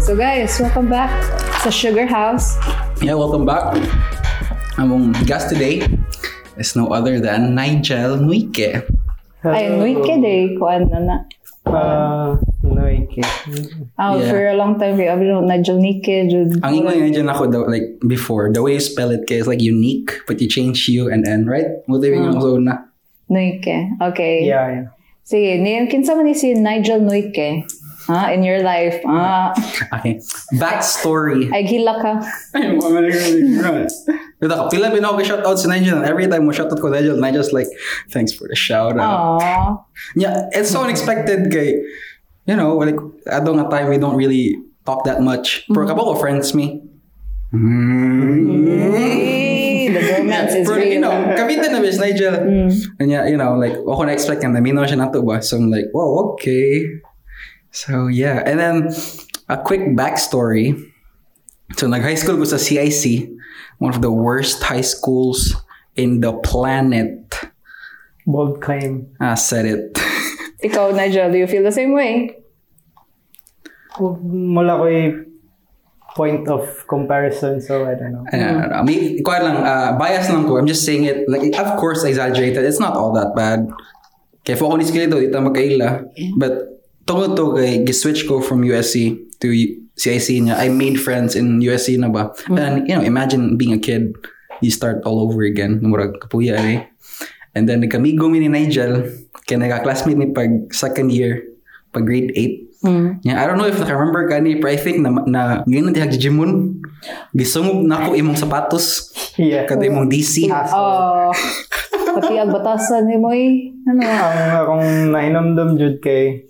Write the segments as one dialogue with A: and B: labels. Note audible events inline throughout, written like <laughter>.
A: So guys, welcome back sa Sugar House.
B: Yeah, welcome back. Among guest today is no other than Nigel Nuike.
A: Ay, eh. Nuike Day, kuan na na.
C: Ah, Nike.
A: Ah,
B: Yeah.
A: For a long time, we have been Nigel Nike, Jude.
B: Ang ingay na dyan ako daw, like, before, the way you spell it kaya is like unique, but you change U and N, right? Well, there yung zone na.
A: Nuike. Okay.
C: Yeah, yeah.
A: Sige, ni kinsa man ni si Nigel Nuike? Ah, in your life. Ah,
B: Okay. Backstory.
A: <laughs> ay gila ka.
B: Ay, mga managaling. Ito ka, pila bin ako shoutout si Nigel. Every time mo shoutout ko Nigel, Nigel's like, thanks for the shoutout. <laughs>
A: Aww.
B: Yeah, it's so unexpected kay, you know, like, ato nga time, we don't really talk that much. For a couple of friends, me.
A: Hey, the romance is
B: For, you
A: real.
B: know, Cavite na bis, Nigel. And yeah, you know, like, ako na-expect na, may naman siya nato ba? So I'm like, wow, okay. So yeah, and then, a quick backstory. So nag-high school ko sa CIC, one of the worst high schools in the planet.
C: Bold claim.
B: I said it. <laughs>
A: Ikaw, Nigel, do you feel the same way?
C: Mula ko eh, point of comparison, so I don't know.
B: I don't know. May, kuha lang, uh, bias lang ko. I'm just saying it. Like, of course, exaggerated. It's not all that bad. Kaya for ni skill dito, dito magkaila. But, tungod to kay, giswitch ko from USC to U- CIC niya. I made friends in USC na ba? And, you know, imagine being a kid. You start all over again. Murag kapuya, eh. And then, nagkamigo mi ni Nigel. Kaya nagka-classmate ni pag second year, pag grade 8. Yeah, I don't know if naka-remember ka ni, but I think na, na ngayon natin hag-Jimon, gisungog na ako imong sapatos,
C: Yeah.
B: kada imong DC.
A: Oh. Pati ang batasan ni mo eh. Ano?
C: Ang akong nahinomdom jud kay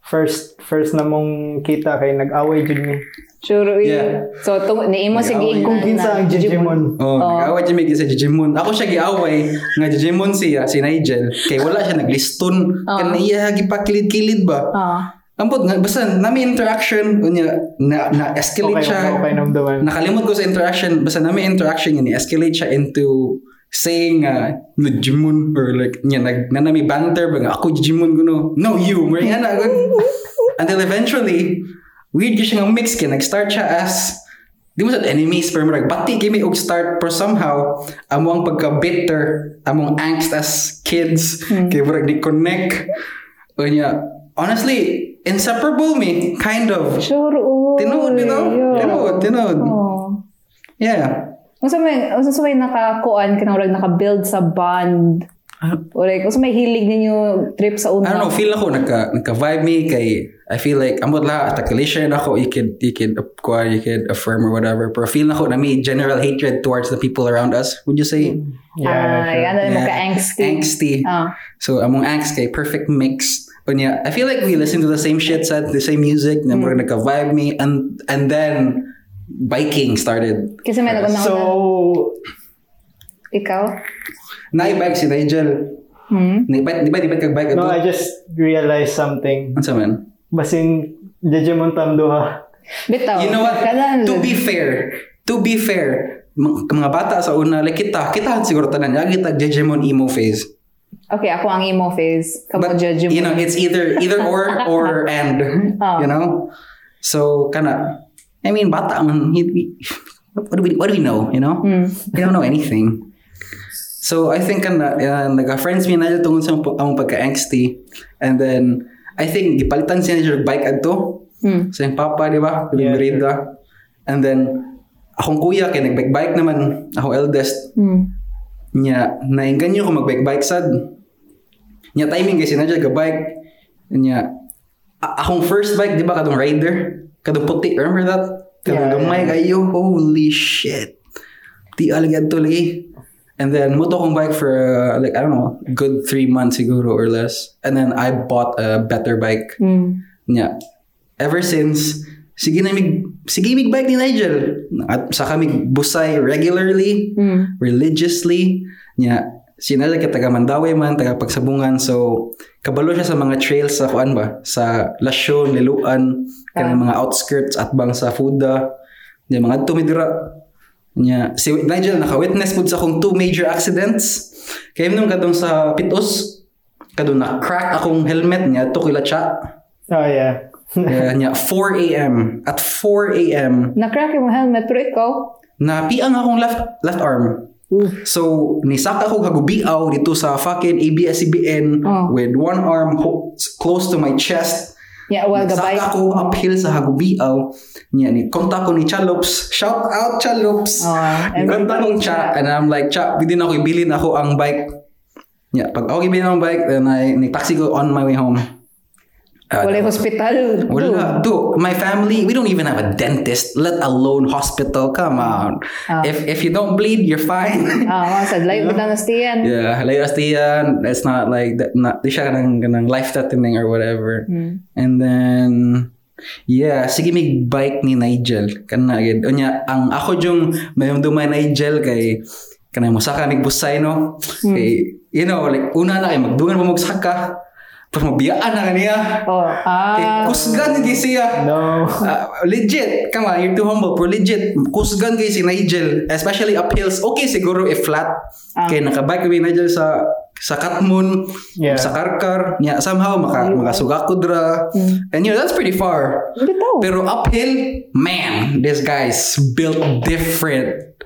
C: first first na mong kita kay nag-away jud ni.
A: Churo eh.
B: Yeah.
A: So, tung, niimo si
B: Nag-away.
C: Kung kinsa ang Jijimon.
B: Oh, nag-away siya may sa Jimon. Ako siya giaway nga Jimon siya, si Nigel. Kay wala siya nagliston.
A: Ah.
B: Kaya iya gipakilid-kilid ba?
A: Ah.
B: Ambot nga, basta nami interaction, kunya, na, na-escalate
C: Okay,
B: siya.
C: okay, okay, namdaman.
B: Nakalimot ko sa interaction, basta nami interaction yun, escalate siya into saying uh, na Jimon or like niya nag na nami banter ba nga, ako Jimon kuno no you more yan until eventually weird kasi nga mix kay nag-start siya as di mo sa enemies pero murag bati kami og start pero somehow amo ang pagka bitter among angst as kids kay murag di connect o niya honestly inseparable me kind of
A: Churo.
B: Tinuod, you know? Tinuod, tinuod.
A: Oh.
B: Yeah.
A: Unsa may unsa sa may nakakuan kanang naka nakabuild sa bond. O like unsa may hilig ninyo trip sa una.
B: I don't know, feel ako nagka nagka vibe me kay I feel like amot la atakalisha na ako you could you could up- kuha, you could affirm or whatever pero feel na ako na may general hatred towards the people around us would you say
A: Ay,
C: Yeah.
A: ano mo
B: Yeah.
A: ka angsty.
B: angsty
A: Ah.
B: so among angst kay perfect mix Unya, I feel like we listen to the same shit sad the same music na mura nagka vibe me and and then biking started
A: Kasi may
C: sure.
A: nagunang
C: So,
A: ikaw.
B: naibike si Nigel
A: Hmm.
B: di ba di ba di ba kagbike
C: no, I
B: ato
C: just realized something.
B: ano sa man
C: Basin Jijimon Tamdo ha.
A: Bitaw.
B: You know what?
A: Kanan.
B: To be fair, to be fair, mga mga bata sa una, like kita, kita siguro tanan, lagi tag judgemon emo phase.
A: Okay, ako ang emo phase. Kamo judge mo.
B: you know, it's either either
A: <laughs>
B: or or and,
A: Ah.
B: you know? So, kana, I mean, bata, man, he- he- what do we, what do we know, you know?
A: Hmm.
B: We don't know anything. So, I think, kana, uh, nagka-friends mi na yun tungkol sa among- among pagka-angsty. And then, I think, gipalitan siya yung bike adto.
A: Hmm.
B: So yung papa, di ba? Yung
C: Yeah.
B: merida. And then, akong kuya, kaya nagbike-bike naman. Ako eldest
A: Hmm.
B: niya, nainggan ko magbike-bike sad. Niya timing kasi na dyan, bike Niya, a- akong first bike, di ba? Kadong rider. Kadong puti. Remember that? Kadong
C: Yeah,
B: gamay kayo. Holy shit. Di alagad to lagi. And then, muto akong bike for, uh, like, I don't know, good three months siguro or less. And then, I bought a better bike
A: Hmm.
B: niya. Ever since, sige na mig, sige mig bike ni Nigel. At saka mig busay regularly,
A: Hmm.
B: religiously. Niya, si Nigel kay taga Mandawi man, taga Pagsabungan. So, kabalo siya sa mga trails sa kuan ba? Sa Lasyon, Liluan, kanang mga outskirts at bang sa Fuda. Niya, mga tumidira. Niya, si Nigel naka-witness po sa akong two major accidents. Kaya nung kadong sa Pitos, kadong na-crack akong helmet niya, to kilatsa.
C: Oh, yeah. <laughs>
B: Kaya Eh, niya, 4 a.m. At 4 a.m.
A: Na-crack yung helmet, pero ikaw,
B: Napiang akong left left arm. So, nisaka ko kagubiaw dito sa fucking ABS-CBN
A: Oh.
B: with one arm ho- close to my chest.
A: yeah, well, gabay.
B: Nisaka ko uphill sa hagubiaw. Niya, ni kontak ko ni Chalops. Shout out Chalops!
A: Oh, and-
B: Ganda kong cha. And I'm like, cha, pwede na ako ibilin ako ang bike. Yeah, pag ako ibilin ang bike, then I, nag-taxi ko on my way home. Ah,
A: Wala yung hospital.
B: wala. Dude, my family, we don't even have a dentist, let alone hospital. Come on.
A: Ah.
B: If if you don't bleed, you're fine.
A: <laughs> Ah, mga sad life, butang nastiyan.
B: yeah, like that's the, uh, it's not like that. Not di siya ganang, ganang life threatening or whatever.
A: Mm. Hmm.
B: And then yeah, sige may bike ni Nigel kana gid. Unya ang ako yung mayong dumay Nigel kay kanay mo saka mig busay no.
A: Mm.
B: Kay you know like una na kay magdungan mo magsaka. Tapos mabiyaan na kaniya.
A: Oh,
B: Kay
A: ah.
B: kusgan gid siya.
C: No.
B: Ah, legit, come on, you're too humble, pero legit, kusgan kayo si Nigel, especially uphills, okay siguro if flat,
A: Ah.
B: kaya nakabike kami Nigel sa sa Katmon,
C: Yeah.
B: sa Karkar, niya somehow maka, makasugakodra, and you know, that's pretty far.
A: Bitaw.
B: Pero uphill, man, this guy's built different.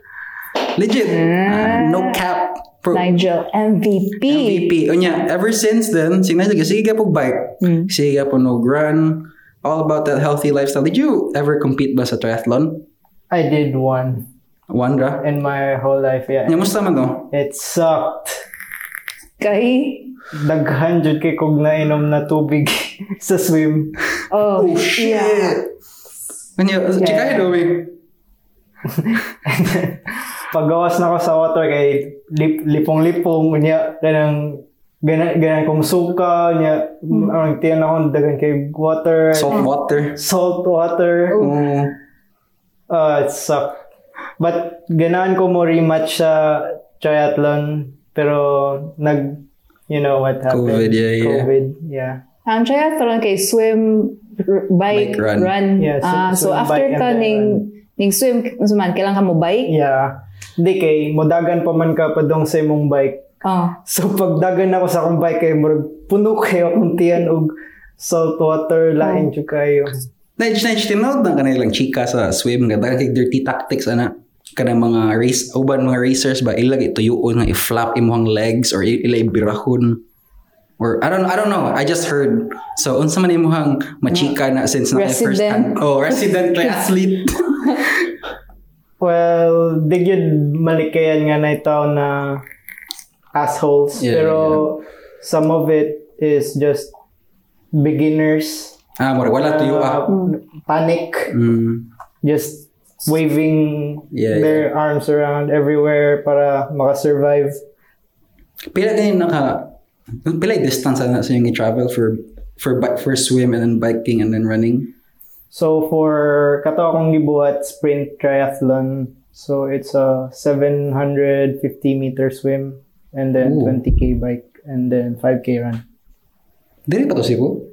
B: Legit, Ah, no cap. Pro-
A: Nigel, MVP.
B: MVP. Unya, Oh, ever since then, si Nigel, sige ka po bike. Sige ka po no run. All about that healthy lifestyle. Did you ever compete ba sa triathlon?
C: I did one
B: Wandra?
C: in my whole life. Yeah.
B: Nya, musta man to?
C: It sucked.
A: Kay,
C: Daghan jud kay kog nainom na tubig <laughs> sa swim. <laughs>
A: oh, yeah.
B: Unya, chikahe do we?
C: Pagawas na ko sa water kay lip, lipong-lipong niya ganang ganang ganang kong suka niya ang tiyan ako dagan kay water
B: Salt water.
C: salt water.
B: Oh.
C: Uh, it sucked. But ganaan ko mo rematch sa triathlon pero nag you know what happened.
B: COVID, yeah, yeah.
C: COVID, yeah.
A: Ang triathlon kay swim, r- bike,
B: Bike, run.
A: run.
C: Yeah,
A: Ah, so
C: swim,
A: after
C: bike, and
A: ka
C: then
A: ning, ning swim, unsa man, kailangan ka mo bike?
C: Yeah. Di kay, mudagan pa man ka pa dong sa imong bike.
A: Oh.
C: So pagdagan ako sa akong bike kay murag puno kayo kung tiyan og salt water lain jud kayo.
B: Nige, nige, tinawag na kanilang chika sa swim. Ganda kay dirty tactics, ana. Kana mga race, uban mga racers ba, ilag ituyuon nga i-flap imong legs or i- ila ibirahon. Or I don't I don't know. I just heard. So unsa man imong machika na since na kay first
A: Resident.
B: hand. Oh, resident athlete.
C: Well, di gyud malikayan nga na ito na assholes.
B: Yeah,
C: pero some of it is just beginners.
B: ah, mura wala tuyo
C: uh,
B: ah.
C: Panic.
B: Mm.
C: Just waving
B: Yeah,
C: their arms around everywhere para makasurvive.
B: Pila kayo naka pila yung distance ana sa yung travel for for bi- for swim and then biking and then running.
C: So for kato akong gibuhat sprint triathlon. So it's a 750 meter swim and
B: Ooh.
C: then 20k bike and then 5k run.
B: Dili pa to sibo.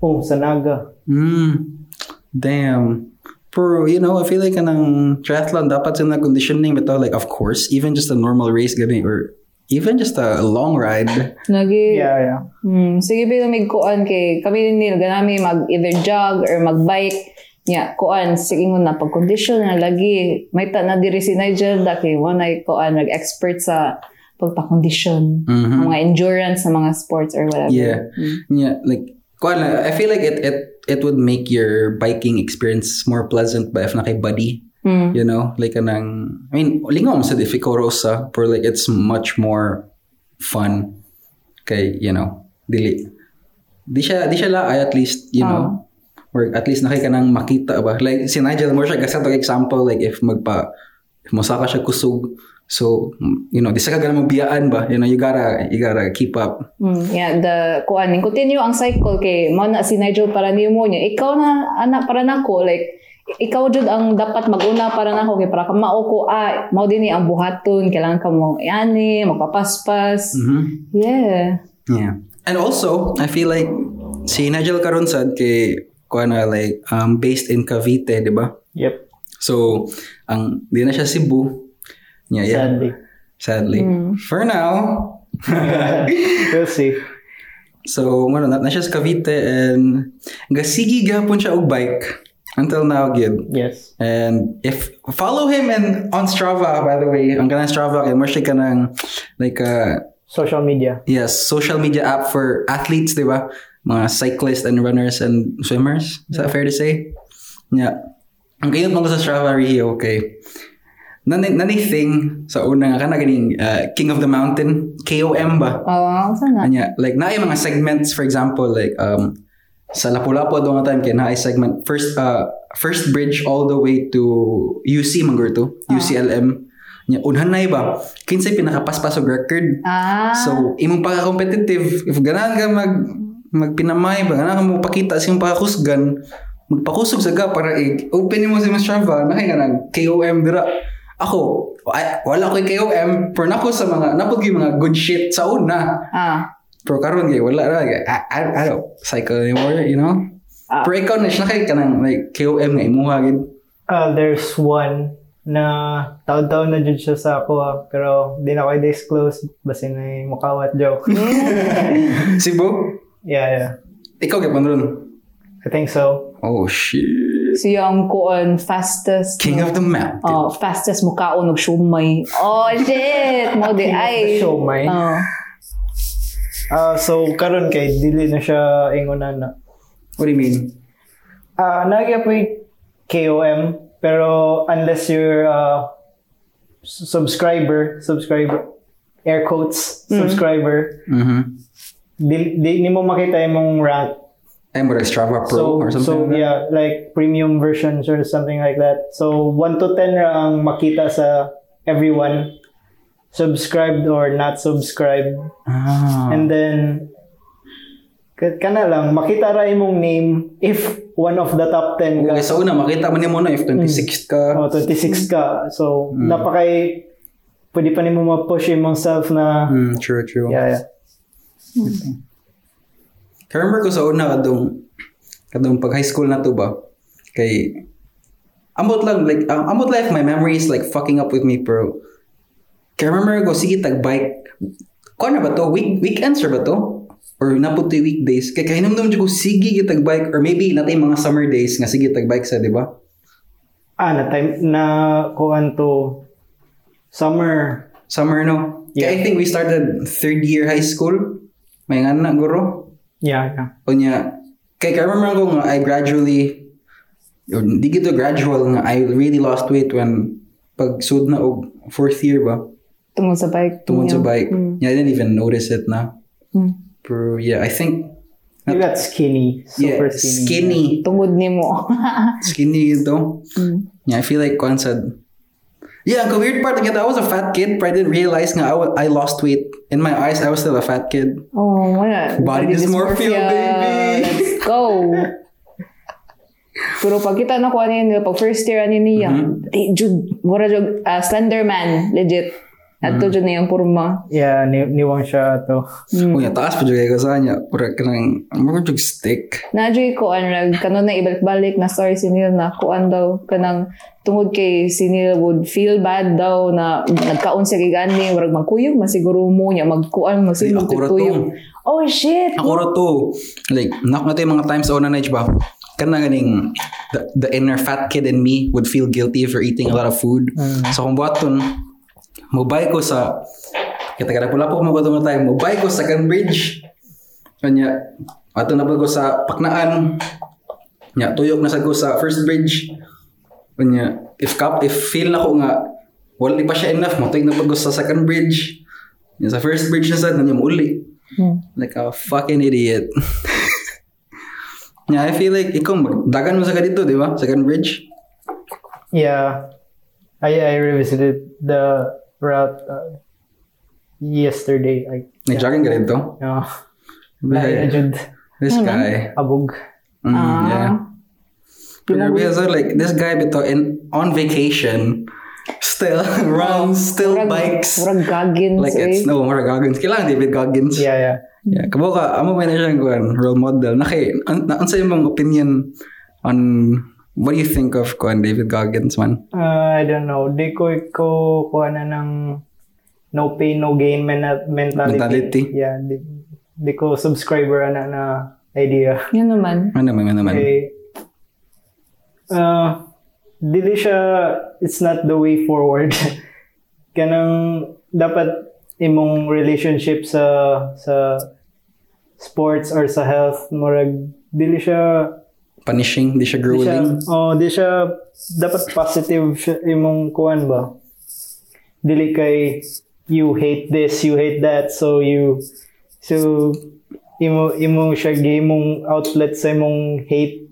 C: Oh, sa Naga.
B: Mm. Damn. Pero, you know, I feel like kanang triathlon dapat sila conditioning bitaw like of course, even just a normal race gani or even just a long ride.
A: Nagi,
C: Yeah, yeah.
A: Hmm, sige ba may kuan kay kami din nila ganami mag either jog or magbike nya kuan sige mo na pag condition na lagi may ta na diri si Nigel da kay mo na kuan nag expert sa pagpa-condition
B: Mhm.
A: mga endurance sa mga sports or whatever.
B: Yeah. Yeah, like kuan lang, I feel like it it it would make your biking experience more pleasant but if na kay buddy,
A: Mm.
B: you know, like kanang I mean, lingaw mo sa difficorosa, pero like it's much more fun kay, you know, dili. Di siya di siya laay at least, you know. or at least nakay ka nang makita ba like si Nigel mo siya kasi example like if magpa if mosaka siya kusog so mm, you know di sa ka ganang biyaan ba you know you gotta you gotta keep up
A: Mm, yeah, the kuan ning continue ang cycle kay mo na si Nigel para ni mo niya. Ikaw na anak para nako like ikaw jud ang dapat maguna para nako kay para ka mao ko ah mao din ni ang buhaton kailangan ka mo yani magpapaspas.
B: Mhm.
A: Yeah.
B: yeah and also I feel like si Nigel karon sad kay kuan na like um, based in Cavite di ba
C: Yep.
B: so ang di na siya Cebu yeah, yeah.
C: Sadly.
B: sadly for now
C: we'll see.
B: So, muna na, na siya sa Cavite and gasigi gapon siya og bike until now gid.
C: Yes.
B: And if follow him and on Strava by the way, ang kanang Strava kay mo siya kanang like uh,
C: Social media.
B: yes, social media app for athletes, di ba? Mga cyclists and runners and swimmers. Is that fair to say? Yeah. Ang kayot mo ko sa Strava Rio, okay. Nani, nani thing sa una nga kana ganing uh, King of the Mountain, KOM ba?
A: Ah, saan na?
B: Anya, like na mga segments for example like um sa Lapu-Lapu do nga time kay na segment first uh first bridge all the way to UC Mangurto, UCLM. Nya unhan na iba. Kinsay pinakapaspas og record.
A: Ah,
B: So imong pagka-competitive if ganahan ka mag magpinamay ba ganahan ka mo pakita sa imong pagkakusgan magpakusog sa ka para i- open mo sa imong Strava na kay ganang KOM dira. Ako, ay, wala ko KOM, pero nako sa mga, napod yung mga good shit sa una.
A: ah.
B: Pero karon kay wala ra kay I, I, I don't cycle anymore, you know?
A: Ah.
B: Pero ikaw na siya kay kanang like KOM nga imuha <laughs> gid.
C: Uh, there's one na taon-taon na jud siya sa ako ah, pero di na ko i-disclose basi na mukawat joke.
B: <laughs> Si Bo,
C: yeah, yeah.
B: ikaw kay pandron.
C: I think so.
B: Oh shit.
A: Siya ang kuan fastest.
B: King of the mountain.
A: Oh, fastest mukaon og sumay. Oh, shit! Mo
B: <laughs>
A: di ay.
C: Show my.
A: Oh.
C: Ah, so karon kay dili na siya ingunan na.
B: What do you mean?
C: Ah, nag-apoy KOM pero unless you're uh, s- subscriber, subscriber air quotes,
B: Mm-hmm.
C: subscriber,
A: Mm-hmm.
B: Mhm.
C: di, di, di mo makita yung rank.
B: Ay mo Strava Pro or
C: so
B: something. like that?
C: yeah, like premium versions or something like that. So 1 to 10 ra ang makita sa everyone subscribed or not subscribed.
B: Ah.
C: And then, ka- kana lang, makita ra imong name if one of the top 10 ka.
B: Okay, sa una makita mo ni mo na
C: mm.
B: if 26 ka.
C: O, 26 Oh, ka. So, napakay, pwede pa nimo ma-push imong self na,
B: Mm, true, true.
C: yeah, yeah.
B: Remember ko sa una kadong kadong pag high school na to ba? Kay amot lang like um, amot life my memory is like fucking up with me pero kay remember ko sige tag bike kuan na ba to week weekends or ba to or naputi weekdays kay kahinomdom jud ko sige gyud tag bike or maybe natay mga summer days nga sige tag bike sa di ba
C: Ah, na time, na kuhan to summer.
B: summer no
C: Yeah.
B: kay I think we started third year high school may nga na guro
C: Yeah, yeah.
B: Unya, kay I remember ko nga, I gradually, or di gito gradual nga, I really lost weight when pag sud na og fourth year ba,
A: Tungod sa bike.
B: tungod
A: Yeah.
B: sa bike.
A: Mm.
B: Yeah, I didn't even notice it na.
A: Mm.
B: Pero yeah, I think,
C: You got skinny.
B: yeah,
C: Super
B: skinny.
C: skinny.
A: Tungod ni <laughs> mo.
B: Skinny ito.
A: Mm.
B: Yeah, I feel like Kwanzaa. Yeah, the weird part again, I was a fat kid, but I didn't realize nga I, wa- I lost weight. In my eyes, I was still a fat kid.
A: Oh, wala.
B: Body dysmorphia, baby.
A: Let's
B: <laughs>
A: go. Pero pag kita na ano kuha niya, pag first year ano ani niya,
B: Mm-hmm.
A: eh, Jude, mura jud ah, slender man, legit. Ato
B: Mm-hmm.
A: jud na yung kurma.
C: Yeah, ni niwang siya to.
B: Unya, taas pa dyan ko sa kanya. Ura ka nang, mga jug stick.
A: Nadyo ko an rag kanon na ibalik-balik na story si Neil na kuan daw kanang tungod kay si Neil would feel bad daw na nagkaon siya kay gani murag magkuyog masiguro mo niya magkuan masiguro
B: Ay, ako ra to.
A: tuyog. Oh shit.
B: Ako ro to, like, nak na to yung mga times sa una na ba? Kana ganing, the, the inner fat kid in me would feel guilty for eating a lot of food. So kung buhaton, mubay ko sa, kita kada pula po magkatong tayo, mubay ko sa Cambridge. Kanya, ato na ba ko sa Paknaan. Nya, tuyok na sa ko sa First Bridge. Kanya, if kap, if feel na ko nga, wala di pa siya enough, matuyok na ba ko sa second bridge. Nya, sa first bridge na sa, nanya mo uli. Like a fucking idiot. yeah, I feel like ikaw magdagan mo sa ganito, di ba? Second bridge.
C: Yeah. I, I revisited the route uh, yesterday. uh, I,
B: Nag-jogging ka rito.
C: no,
B: Like,
C: <laughs> I jud
B: This guy.
C: abog.
B: Mm,
A: Ah.
B: yeah. Pero also, like, this guy bito in, on vacation, still <laughs> runs, still
A: Murag-
B: bikes.
A: Murag gagins.
B: Like,
A: eh.
B: it's no more Goggins. Kailangan David Goggins.
C: Yeah, yeah.
B: Yeah, kabo ka, amo may na siyang kuan, role model. Na kay, an, na, unsa imong opinion on what do you think of kuan David Goggins man?
C: Uh, I don't know. Di ko ko kuha na ng no pain, no gain mena- mentality.
B: Mentality.
C: Yeah. Di, di ko subscriber na na idea.
A: Yun naman.
B: Ano naman, ano naman.
C: Okay. Uh, dili siya, it's not the way forward. <laughs> Kanang dapat imong relationship sa sa sports or sa health murag dili siya
B: Punishing, di siya
C: di siya,
B: grueling.
C: oh, di siya dapat positive siya, imong kuan ba. Dili kay you hate this, you hate that, so you so imo imo siya gimong outlet sa imong hate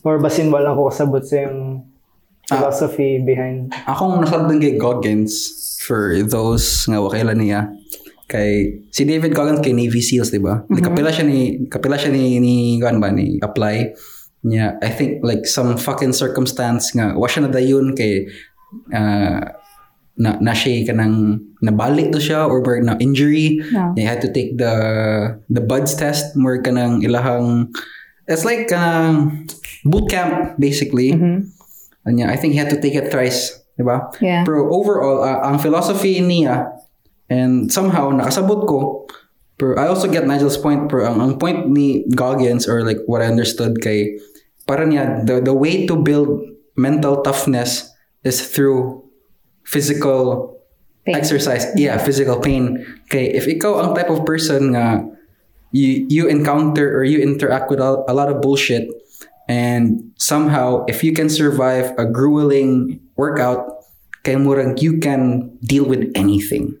C: or basin wala ko kasabot sa yung
B: Ah.
C: philosophy behind.
B: Akong nasabdan kay Goggins for those nga wakailan niya. Kay, si David Goggins kay Navy SEALs, di ba? Like, kapila siya ni, kapila siya ni, ni, kuan ba, ni apply. niya I think like some fucking circumstance nga, wa siya na dayon kay, ah, na, na siya kanang nabalik to siya or where na injury
A: Yeah.
B: they had to take the the buds test more kanang ilahang it's like kanang boot camp basically
A: Mhm.
B: And yeah, I think he had to take it thrice, di ba?
A: Yeah.
B: Pero overall, uh, ang philosophy niya, and somehow, nakasabot ko, pero I also get Nigel's point, pero ang, ang point ni Goggins, or like what I understood kay, para niya, the, the way to build mental toughness is through physical
A: Pain.
B: exercise. Yeah, physical pain. Kay, if ikaw ang type of person nga, you, you encounter or you interact with a, a lot of bullshit, and somehow, if you can survive a grueling workout, kay murang you can deal with anything.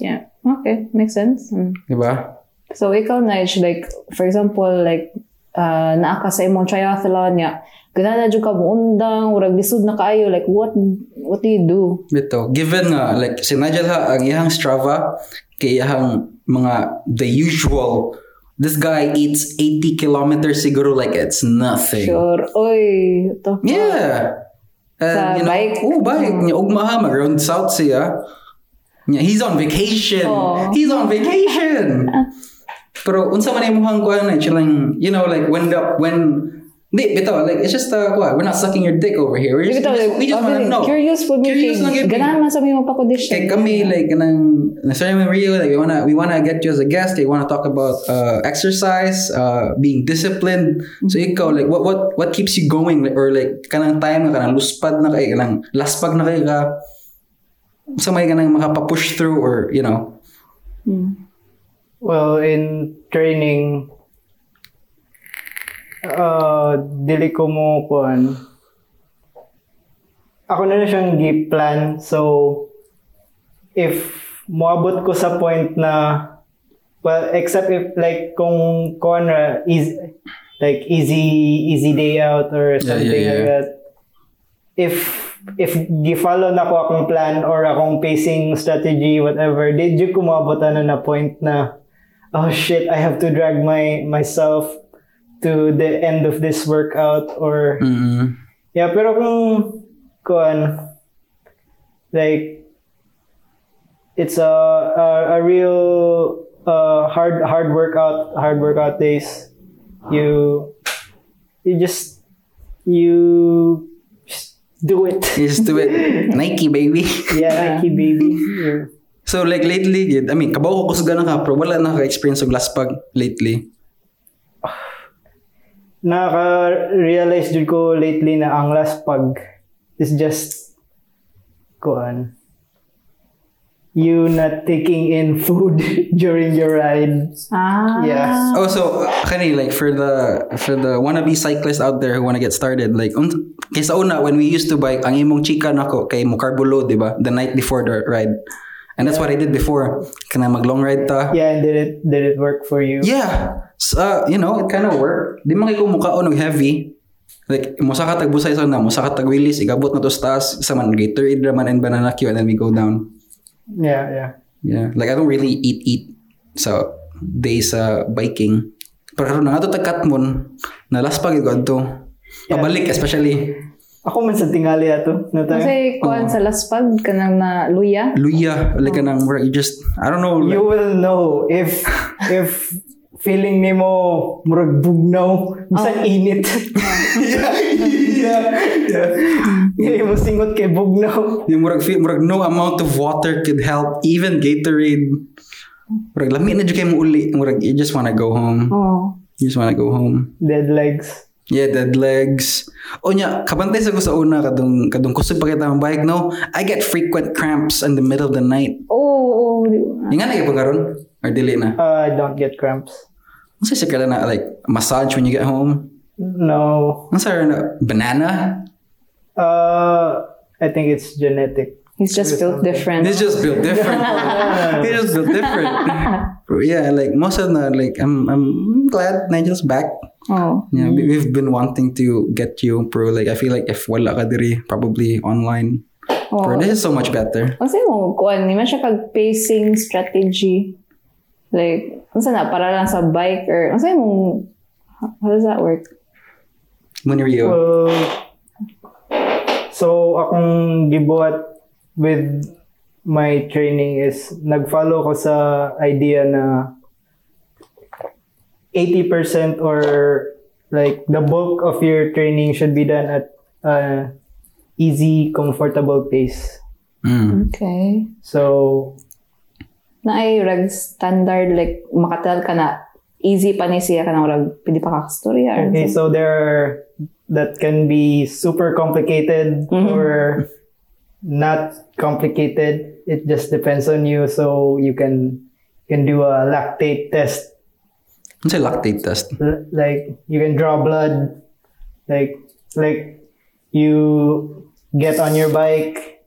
A: Yeah. Okay. Makes sense. Mm.
B: Diba?
A: So ikaw na like for example like uh, naa ka sa imong triathlon niya. Ganana jud ka muundang, urag lisod na kaayo like what what do you do?
B: Bito, given nga, like, si Nigel ha, ang iyang Strava, kay iyang mga, the usual, this guy eats 80 kilometers siguro like it's nothing.
A: Sure. Oy, to.
B: Yeah. And,
A: Sa
B: you know,
A: bike.
B: Oh, bike.
A: mm.
B: Niya, ugma ha, mag-round south siya. Niya, he's on vacation.
A: Oh.
B: He's on vacation.
A: <laughs>
B: Pero unsa man imong hangkuan na chilling, you know, like when the when Di, bitaw, like, it's just, uh, what, we're not sucking your dick over here. We're just,
A: Bitaw,
B: we just, we just wanna
A: okay,
B: know.
A: Curious po me
B: Curious
A: kay
B: lang yun.
A: ganahan man sa mi mapakondisyon.
B: Kay kami, like, nang, nasari mo Rio, like, we wanna, we wanna get you as a guest. They wanna talk about, uh, exercise, uh, being disciplined. So, ikaw, like, what, what, what keeps you going? Like, or like, kanang time na, kanang luspad na kayo, kanang laspag na kayo ka. Sa may kanang makapapush through or, you know.
A: Mm.
C: Well, in training, uh, dili ko mo kuan. Ako na na siyang gi-plan. So, if moabot ko sa point na well, except if like kung kuan ra is like easy easy day out or
B: yeah,
C: something like
B: yeah.
C: that. If if gi-follow na ko akong plan or akong pacing strategy whatever, did you kumabot na na point na oh shit, I have to drag my myself to the end of this workout or
B: Mm.
C: yeah, pero kung kuan like it's a a, a real uh, hard hard workout hard workout days you you just you just do it <laughs>
B: Just do it. Nike, baby. <laughs>
C: yeah Nike baby
B: So like lately, gid, I mean, kabaw ko kusog na ka, pero wala na ka-experience og last pag lately.
C: naka-realize jud ko lately na ang last pag is just kuan you not taking in food <laughs> during your ride
A: Ah.
C: Yeah.
B: Oh, so uh, kani like for the for the wannabe cyclists out there who wanna get started, like un, kay sa una when we used to bike, ang imong chika nako kay mo carbo load, di ba? The night before the ride. And that's what I did before. Kana mag long ride ta.
C: yeah and did it did it work for you
B: Yeah. So, uh, you know, it kind of worked. Di man kay kumukaon og heavy. Like, musa ka tagbusay sa na, musa ka tagwilis, igabot na to sa taas, isa man, Gatorade raman and banana cue, and then we go down.
C: yeah yeah
B: Yeah, like I don't really eat eat sa days sa biking. Pero karon na nga to Katmon, na last pag ko to. Pabalik especially
C: ako man sa tingali ato na tayo
A: Kasi kuan sa laspag kanang na luya.
B: luya like kanang mura you just I don't know <laughs> like,
C: you will know if if feeling nimo murag
A: Oh.
C: bugnaw bisan
A: <laughs>
C: init <laughs> yeah yeah
A: Mm.
C: yeah mo singot kay bugnaw
B: yung murag feel murag no amount of water could help even Gatorade. Murag lami na jud kay mo uli. Murag you just wanna go home.
A: Oh.
B: You just wanna go home.
C: Dead legs.
B: Yeah, dead legs. O nya, kabantay sa ko sa una kadung kadung kusog pa kita ang bike no. I get frequent cramps in the middle of the night.
A: Oh, oh. di-
B: Inga na gyud karon or dili na.
C: Uh, I don't get cramps.
B: Unsa siya kala na like massage when you get home?
C: No.
B: Unsa ra na banana?
C: Uh, I think it's genetic.
A: He's just built different.
B: It's just built different. It's just built different. yeah, like most of the like I'm I'm glad Nigel's back.
A: Oh.
B: Yeah, we- we've been wanting to get you pro. Like I feel like if wala ka diri, probably online.
A: Oh.
B: Bro, this is so much better.
A: Kasi mo, kuan, ni man siya kag pacing strategy. Like, unsa na, para lang sa bike or, unsa mo, how does that work?
B: When are you?
C: Well, Uh, so akong gibuhat with my training is nag-follow ko sa idea na 80% or like the bulk of your training should be done at uh, easy, comfortable pace.
B: Mm.
A: Okay.
C: So,
A: Na ay rag standard, like, makatel ka na, easy pa ni siya ka na rag, pwede pa kakastorya. or
C: okay,
A: unsa.
C: so there are, that can be super complicated or not complicated. It just depends on you. So you can can do a lactate test.
B: What's a lactate test?
C: L- Like you can draw blood. Like like you get on your bike,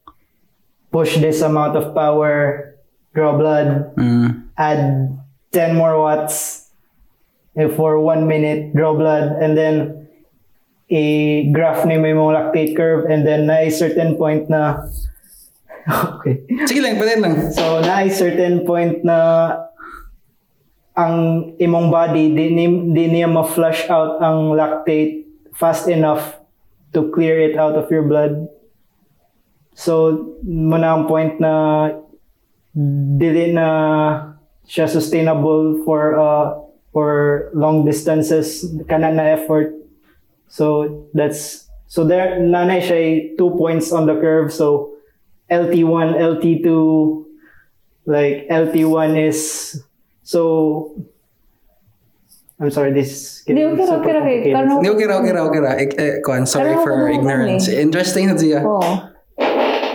C: push this amount of power, draw blood,
B: Mm.
C: add 10 more watts eh, for one minute, draw blood, and then a graph na may mga lactate curve, and then na certain point na, <laughs> okay,
B: Sige lang, patay lang.
C: so na certain point na ang imong body, di, ni- di niya ma-flush out ang lactate fast enough to clear it out of your blood. So, mo na ang point na dili na siya sustainable for uh, for long distances kana na effort. So that's so there nanay siya ay two points on the curve. So LT1, LT2, like LT1 is so I'm sorry, this is
A: Di,
C: getting
A: okay, okay,
C: super
A: okay.
C: complicated.
A: Karno-
B: Hindi, okay ra, okay ra, okay ra. Eh, eh, kuan, sorry
A: Pero
B: for our
A: ako
B: ignorance.
A: naman
B: Interesting na siya.
A: Oh.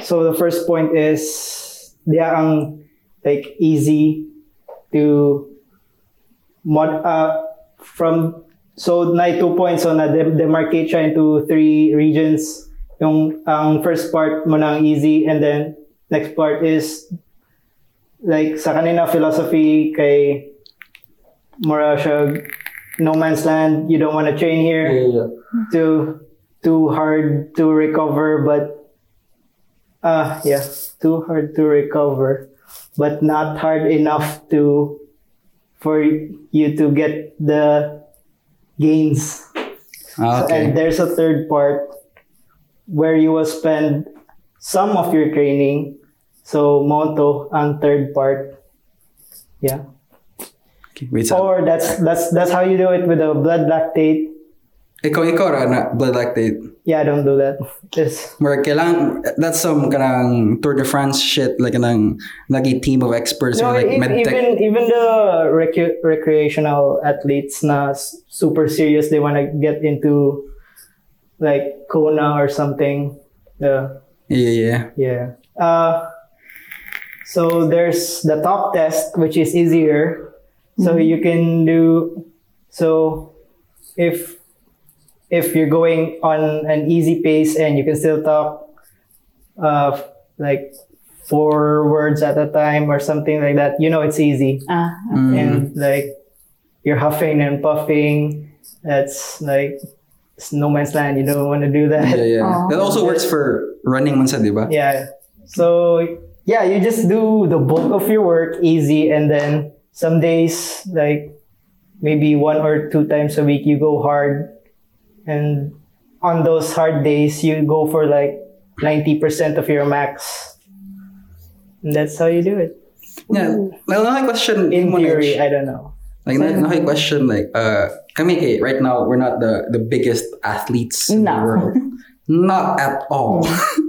C: So the first point is dia ang like easy to mod uh, from so na two points so na dem- demarcate siya into three regions. Yung ang first part mo na ang easy and then next part is like sa kanina philosophy kay mura siya no man's land you don't want to train here too too hard to recover but uh yeah too hard to recover but not hard enough to for you to get the gains
B: Ah, okay.
C: and there's a third part where you will spend some of your training so moto ang third part yeah
B: okay. Wait, sa.
C: or that's that's that's how you do it with the blood lactate
B: Ikaw, ikaw ra na blood lactate.
C: yeah i don't do that It's-
B: Murag kailang, that's some kanang Tour de France shit, like kanang nagi team of experts
C: No,
B: or like
C: e-
B: medtech.
C: even even the rec- recreational athletes na s- super serious, they want to get into like Kona or something. Yeah,
B: Yeah, yeah.
C: yeah. Uh, so there's the top test, which is easier. So you can do so if if you're going on an easy pace and you can still talk uh, like four words at a time or something like that, you know it's easy.
A: Ah.
B: Mm. Mm-hmm.
C: And like you're huffing and puffing, that's like it's no man's land. You don't want to do that.
B: Yeah, yeah.
A: Oh.
B: That also works for running man sa, di ba?
C: Yeah. So yeah, you just do the bulk of your work easy, and then some days like maybe one or two times a week you go hard, and on those hard days you go for like ninety percent of your max. And that's how you do it.
B: Yeah. Well, another question.
C: In
B: mo na-
C: theory, I don't know.
B: Like, na- another question, like, uh, kami kay, right now, we're not the, the biggest athletes in the
A: No.
B: world. Not at all.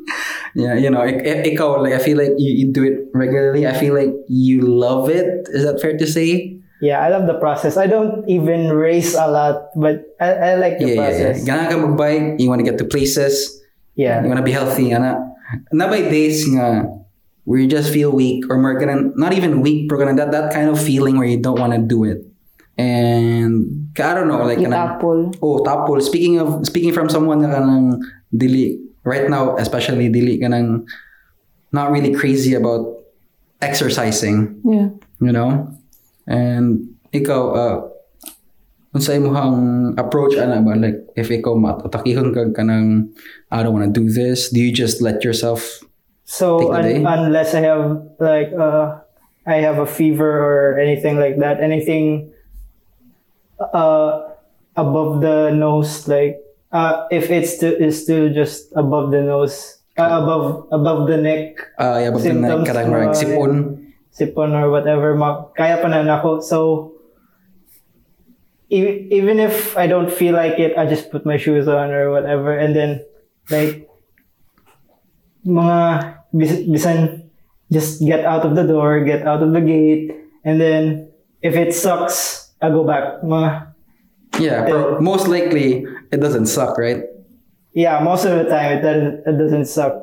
B: <laughs> yeah, you know, ik- ik- ikaw, like I feel like you, you do it regularly. I feel like you love it. Is that fair to say?
C: Yeah, I love the process. I don't even race a lot, but I, I like
B: Yeah, yeah,
C: the
B: yeah.
C: process.
B: Ganaan ka mag-bike, you want to get to places,
C: Yeah.
B: you want to be healthy, ana. Na by days nga, where you just feel weak or more ganun, not even weak, pero ganun, that, that kind of feeling where you don't want to do it. And, ka- I don't know, like,
A: Eat
B: kanang-
A: apple.
B: Oh, tapol. Speaking of speaking from someone na kanang dili right now, especially dili kanang not really crazy about exercising,
A: Yeah.
B: you know? And ikaw uh unsa imong approach ana ba like if ikaw matatakihon kag kanang I don't want to do this, do you just let yourself
C: So
B: Take the day.
C: un- unless I have like uh, I have a fever or anything like that, anything uh, above the nose, like uh, if it's still is still just above the nose, uh, above above the neck,
B: uh yabag na
C: Symptoms,
B: kanang uh,
C: uh,
B: sipon?
C: sipon or whatever, ma- kaya pa na ako. So e- even if I don't feel like it, I just put my shoes on or whatever, and then like mga bis- bisan just get out of the door, get out of the gate, and then if it sucks, I go back. Mga,
B: Yeah, pero most likely it doesn't suck, right?
C: yeah, most of the time it doesn't, it doesn't suck.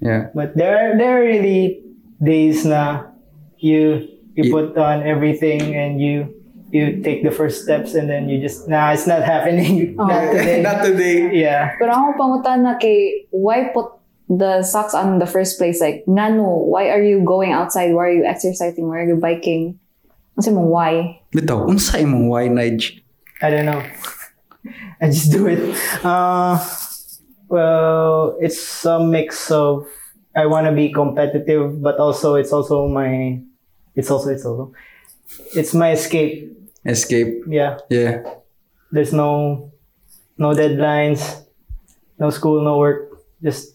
B: Yeah.
C: But there are there are really days na you you
B: Ye-
C: put on everything and you you take the first steps and then you just nah it's not happening. <laughs>
A: Oh.
C: Not today.
B: <laughs> Not today.
C: yeah.
A: Pero ako pangutan na kay, why put the socks on in the first place? Like, Nano, why are you going outside? Why are you exercising? Why are you biking? Kasi mo, why?
B: Bitaw, unsa imong why Nige?
C: I don't know. <laughs> I just do it. Uh, well, it's some mix of I want to be competitive, but also it's also my it's also it's also it's my escape.
B: Escape.
C: Yeah.
B: Yeah.
C: there's no no deadlines no school no work just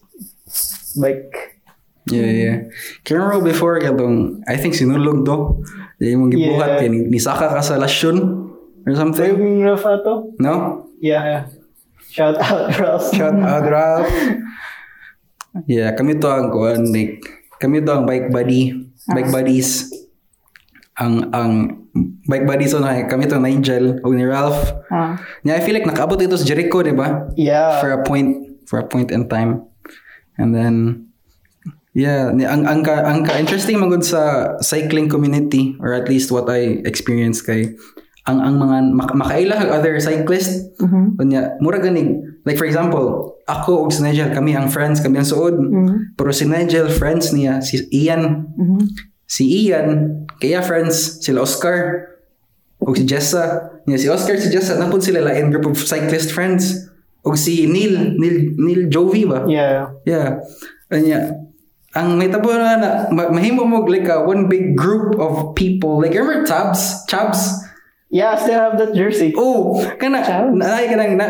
C: like
B: Yeah, yeah. Kaya remember before, katong, I think sinulog do. Yung mong gibuhat,
C: Yeah.
B: yeah. nisaka ka sa lasyon or something.
C: Flaming Rough ato?
B: No?
C: yeah shout out <laughs> Ross
B: Shout out, Ralph. Yeah, kami to ang kuan, like, kami to ang bike buddy, bike buddies. Ang, ang, bike buddies to na, kami to Nigel, o ni Ralph.
A: Ah.
B: Yeah, I feel like nakaabot ito sa Jericho, di ba? for a
C: yeah
B: point for a point in time and then yeah ni- ang ang ka, ang ka interesting magud sa cycling community or at least what I experienced kay ang ang mga mak- makaila kag other cyclist
A: Mhm.
B: unya mura ganig like for example ako ug si Nigel kami ang friends kami ang suod pero si Nigel friends niya si Ian
A: Mhm.
B: si Ian kaya friends sila Oscar o si Jessa niya si Oscar si Jessa napun sila lain group of cyclist friends o si Neil Neil Neil Jovi ba
C: yeah
B: yeah anya ang may tabo na na ma- mahimo mo like a one big group of people like remember Tabs Chabs
C: yeah I still have that jersey
B: oh kana
A: Chabs?
B: na ka nang na,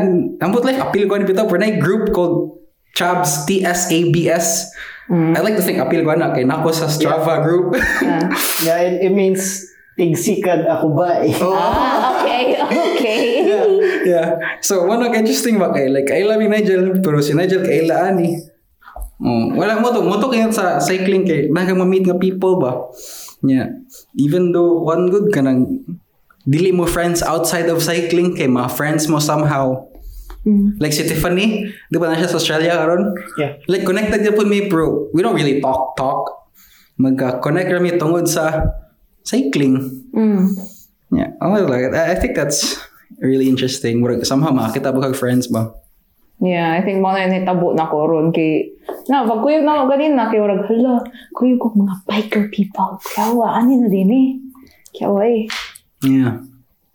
B: ambot life appeal ko ni bitaw for na group called Chabs T S A B S I like to think appeal ko na kay nako sa Strava group
A: Hmm.
B: <laughs>
A: Ah.
C: yeah it, it means tigsikad ako ba eh.
B: Oh.
A: Ah, okay, <laughs> okay.
B: yeah. So, one of interesting ba kay like kaila mi Nigel pero si Nigel kaila ani. Oh, wala mo to, mo to kayo sa cycling kay naka ma-meet nga people ba. Yeah. Even though one good ka nang dili mo friends outside of cycling kay mga friends mo somehow. Like si Tiffany, di ba na siya sa Australia karon?
C: yeah
B: Like connected niya po mi bro. We don't really talk talk. Magka-connect kami tungod sa cycling.
A: Mm.
B: Yeah, I really like it. I I think that's really interesting. Murag- Somehow makakita mo kag friends ba?
A: Yeah, I think mo na yun tabo na ko ron kay na pag kuyog na ako ganin na kay murag hala kuyog ko mga biker people kawa ani na din eh kawa eh
B: Yeah.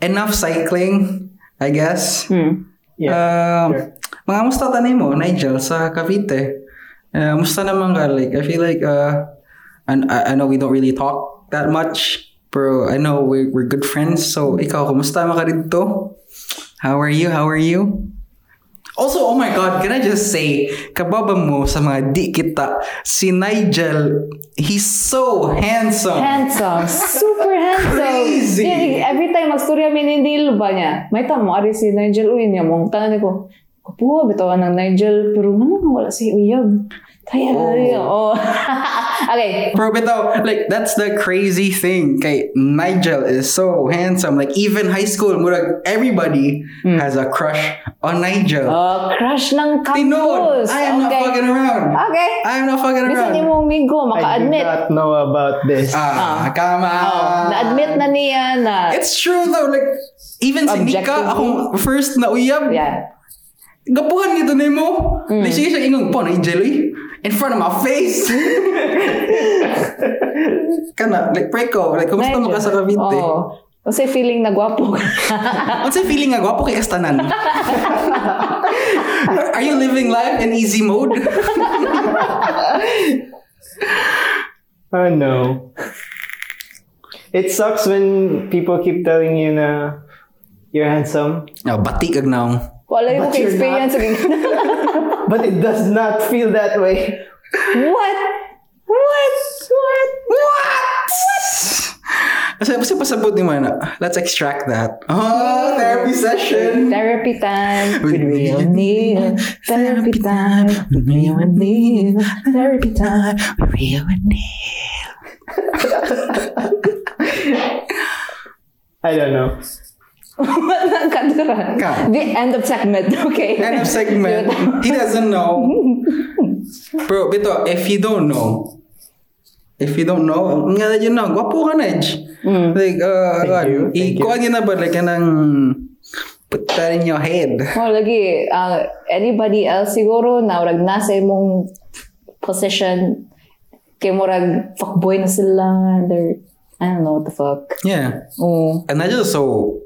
B: Enough cycling, I guess.
A: hmm.
C: yeah
B: Um,
C: sure.
B: Mga musta tanay mo, Nigel, sa Cavite? Uh, musta naman ka? Like, I feel like, uh, and, I, I know we don't really talk that much, pero I know we, we're good friends. So, ikaw, kumusta mo ka dito? How are you? How are you? Also, oh my God, can I just say, kababa mo sa mga di kita, si Nigel, he's so handsome.
A: handsome super handsome
B: Crazy!
A: Yeah, every time magstorya mi ni Neil ba niya may tamo ari si Nigel uy niya mong tanan ko Kapuha, bitawan ng Nigel, pero nga nga wala si Uyab. Kaya
B: Oh.
A: na rin. Oh. <laughs> okay.
B: Bro, but though, like that's the crazy thing. Okay, Nigel is so handsome. Like even high school, murag everybody
A: Hmm.
B: has a crush on Nigel.
A: Uh, crush ng
B: they know
A: campus.
B: it. I am
A: okay. Ah.
B: not fucking around.
A: Okay.
B: I am not fucking
A: Bisa niyo
B: around.
A: mong migo,
C: I did
A: maka-admit.
C: not know about this.
B: Uh, Ah,
A: Oh,
B: come on.
A: na-admit na niya na.
B: It's true though. Like even si
A: Objectively.
B: Nika, ako first na uyab.
A: yeah. Hmm.
B: Gapuhan nito na mo. Mm. Like, siya siya ingon po, Nigel, eh. in front of my
A: <laughs>
B: face. Kana, like, preko, like, kumusta mo ka sa Cavite?
A: Oo. Oh. Kasi feeling na gwapo ka. <laughs>
B: What's the feeling nga? Gwapo kay Kastanan. Are you living life in easy mode?
C: Oh no. It sucks when people keep telling you na you're handsome,
B: No, batik ag now.
A: Wala yung
C: But you're
A: experience.
B: <laughs>
C: but it does not feel that way.
A: What? What? What?
B: What? Kasi, kasi pasabot ni Mana. Let's extract that. Oh, therapy session.
A: Therapy time
C: <laughs>
A: with
B: With
A: Rio
B: Rio
A: Neal. Therapy time with Rio and Neil. Therapy time with Rio and Neil.
C: I don't know.
A: What na kadura?
B: Ka.
A: The end of segment, <laughs> okay?
B: End of segment. He doesn't know. Bro, bito, if you don't know, if you don't know, nga na yun na, gwapo ka na, Ej. Like, uh,
C: Thank
B: God,
C: you, thank you.
B: ikuha niya na ba, like, kanang put that in your head.
A: Mo lagi, uh, anybody else siguro na urag nasa imong position kay murag fuckboy na sila they're I don't know what the fuck.
B: Yeah.
A: Oh.
B: And I just so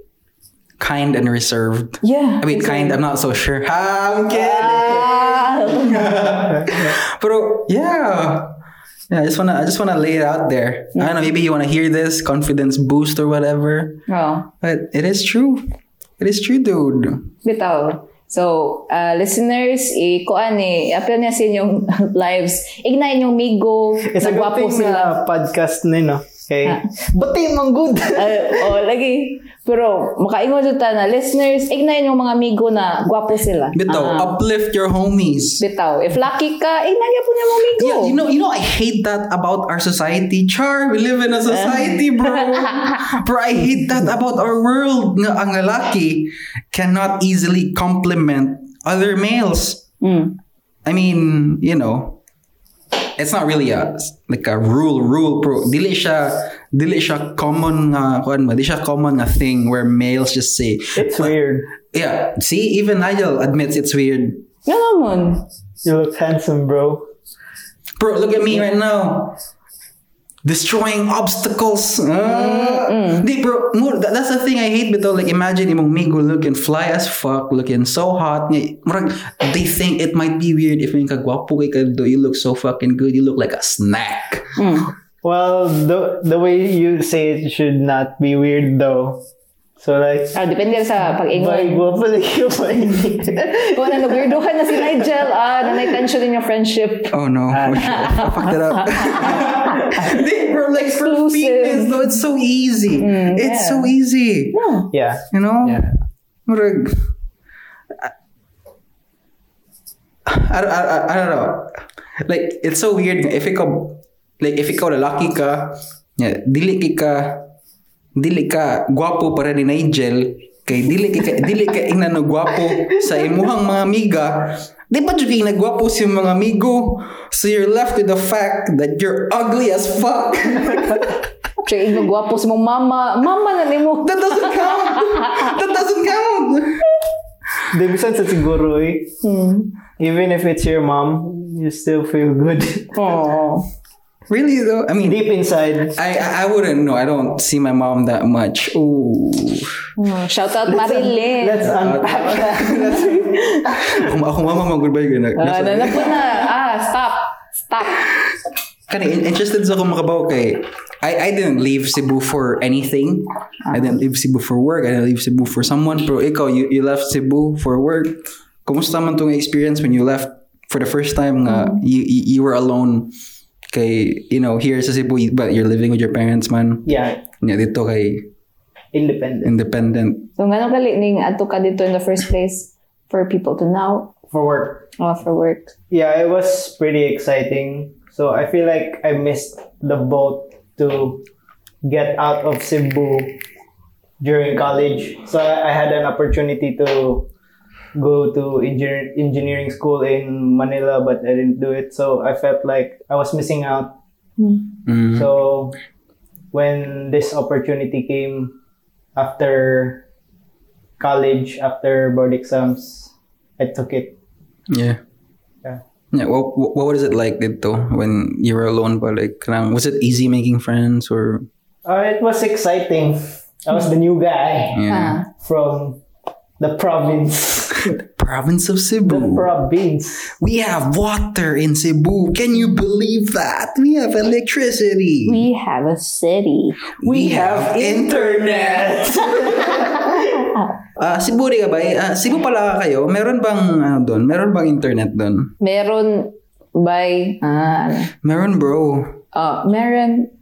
B: kind and reserved.
A: Yeah.
B: I mean, kind, I'm not so sure. Ah, <laughs> I'm kidding.
A: Ah.
B: But yeah. Yeah, I just wanna I just wanna lay it out there. I don't know, maybe you wanna hear this, confidence boost or whatever.
A: Oh.
B: But it is true. It is true, dude.
A: Bitaw. So, uh, listeners, i-kuan eh, appeal niya sa inyong <laughs> lives. Ignayin yung migo,
C: It's a good
A: nagwapo
C: thing
A: sila.
C: na podcast na yun, no? Okay.
A: Ah.
C: Batiin mong
B: <laughs>
C: good!
A: Uh, oh, lagi. Pero, makaingon dito na, listeners, ignayin yung mga migo na gwapo sila.
B: Bito,
A: Ah,
B: uplift your homies.
A: bitaw. If lucky ka, ignayin po niya mga migo.
B: Yeah, you know, you know, I hate that about our society. Char, we live in a society, bro. bro, I hate that about our world. Nga ang lalaki cannot easily compliment other males.
A: Mm.
B: I mean, you know, it's not really a like a rule rule pro. Dili siya dili siya common nga kuan ba? Dili siya common nga thing where males just say,
C: It's weird.
B: yeah, see even Nigel admits it's weird.
A: Nga naman.
C: You look handsome, bro.
B: Bro, look at me right now. Destroying obstacles. Ah. Di, bro, mo- tha- that's the thing I hate bitaw. Like, imagine imong migo looking fly as fuck, looking so hot. Nga- murag, They think it might be weird if yung kagwapo kay ka do, you look so fucking good, you look like a snack.
A: Mm.
C: Well, the, the way you say it should not be weird, though. So, like,
A: Ah, depende sa
C: Bye,
A: pag-ingon.
C: guwapo na yung paingin.
A: Kung ano, nag-weirdohan na si Nigel, ah, nanay tension in your friendship.
B: Oh no. <laughs> Oh, shit. I fucked it
A: <laughs>
B: up. Di, bro, like, for
A: Exclusive. Mm,
B: females, though, it's so easy. it's
A: yeah.
B: so easy.
A: No.
C: <laughs> Yeah.
B: You know?
C: Yeah.
B: Murag. I, I, I, I don't know. Like, it's so weird. nga. If ikaw, like, if ikaw lalaki ka, yeah, dili ki ka, dili ka gwapo para ni Nigel, kay dili ki ka, dili ka ina na gwapo sa imuhang mga amiga, di ba jud kay nagwapo si mga amigo? So you're left with the fact that you're ugly as fuck.
A: Siya igno gwapo si mong mama. Mama na ni mo.
B: that doesn't count. that doesn't count.
C: Dibisan sa siguro eh.
A: Hmm.
C: Even if it's your mom, you still feel good. <laughs>
A: Oh.
B: Really though, I mean,
C: Deep inside.
B: I, I I wouldn't know. I don't see my mom that much. Ooh.
A: Shout out Marilyn.
C: Let's unpack that. <laughs>
B: Ako ako mama mag goodbye ko na.
A: Ah, na na po na. Ah, stop. Stop.
B: Kani in- interested sa akong makabaw kay I I didn't leave Cebu for anything. I didn't leave Cebu for work. I didn't leave Cebu for someone. Pero ikaw, you, you left Cebu for work. Kumusta man tong experience when you left for the first time nga you, you, you were alone kay you know here sa Cebu but you're living with your parents man.
C: Yeah.
B: Nya dito kay
C: Independent.
B: independent.
A: So, ganun kali ning ato ka dito in the first place? for people to know
C: for work.
A: uh, for work.
C: yeah, it was pretty exciting. So I feel like I missed the boat to get out of Cebu during college. So I I had an opportunity to go to engineer, engineering school in Manila, but I didn't do it. So I felt like I was missing out.
B: Mm.
C: So when this opportunity came after college, after board exams, I took it.
B: yeah.
C: Yeah.
B: Yeah, what, what what was it like dito when you were alone but like kanang- was it easy making friends or
C: Uh, it was exciting. I was the new guy
B: yeah.
A: Ah.
C: from the province.
A: Uh-huh.
B: <laughs> province of
C: The
B: Cebu.
C: province.
B: we have water in Cebu. Can you believe that? We have electricity.
A: We have a city.
B: We have internet. Ah, Cebu rin ka ba? Ah, Cebu pala kayo. Meron bang ano doon? Meron bang internet doon?
A: Meron by ah ano?
B: Meron, bro.
A: oh, meron meron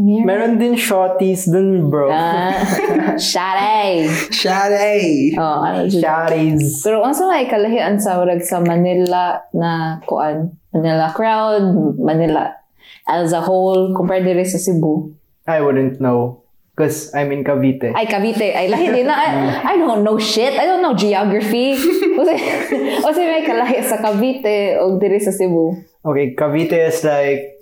C: <laughs> Meron din shorties dun, bro.
A: ah, <laughs> Sharay.
B: Shari.
A: Oh, ano dyan?
C: Shorties.
A: Pero unsa may kalahian sa urag sa Manila na kuan? Manila crowd, Manila as a whole compared diri sa Cebu.
C: I wouldn't know. Because I'm in Cavite.
A: Ay Cavite, ay lahi din na. I, I don't know shit. I don't know geography. o sa may kalahi sa Cavite o diri sa Cebu.
C: Okay, Cavite is like...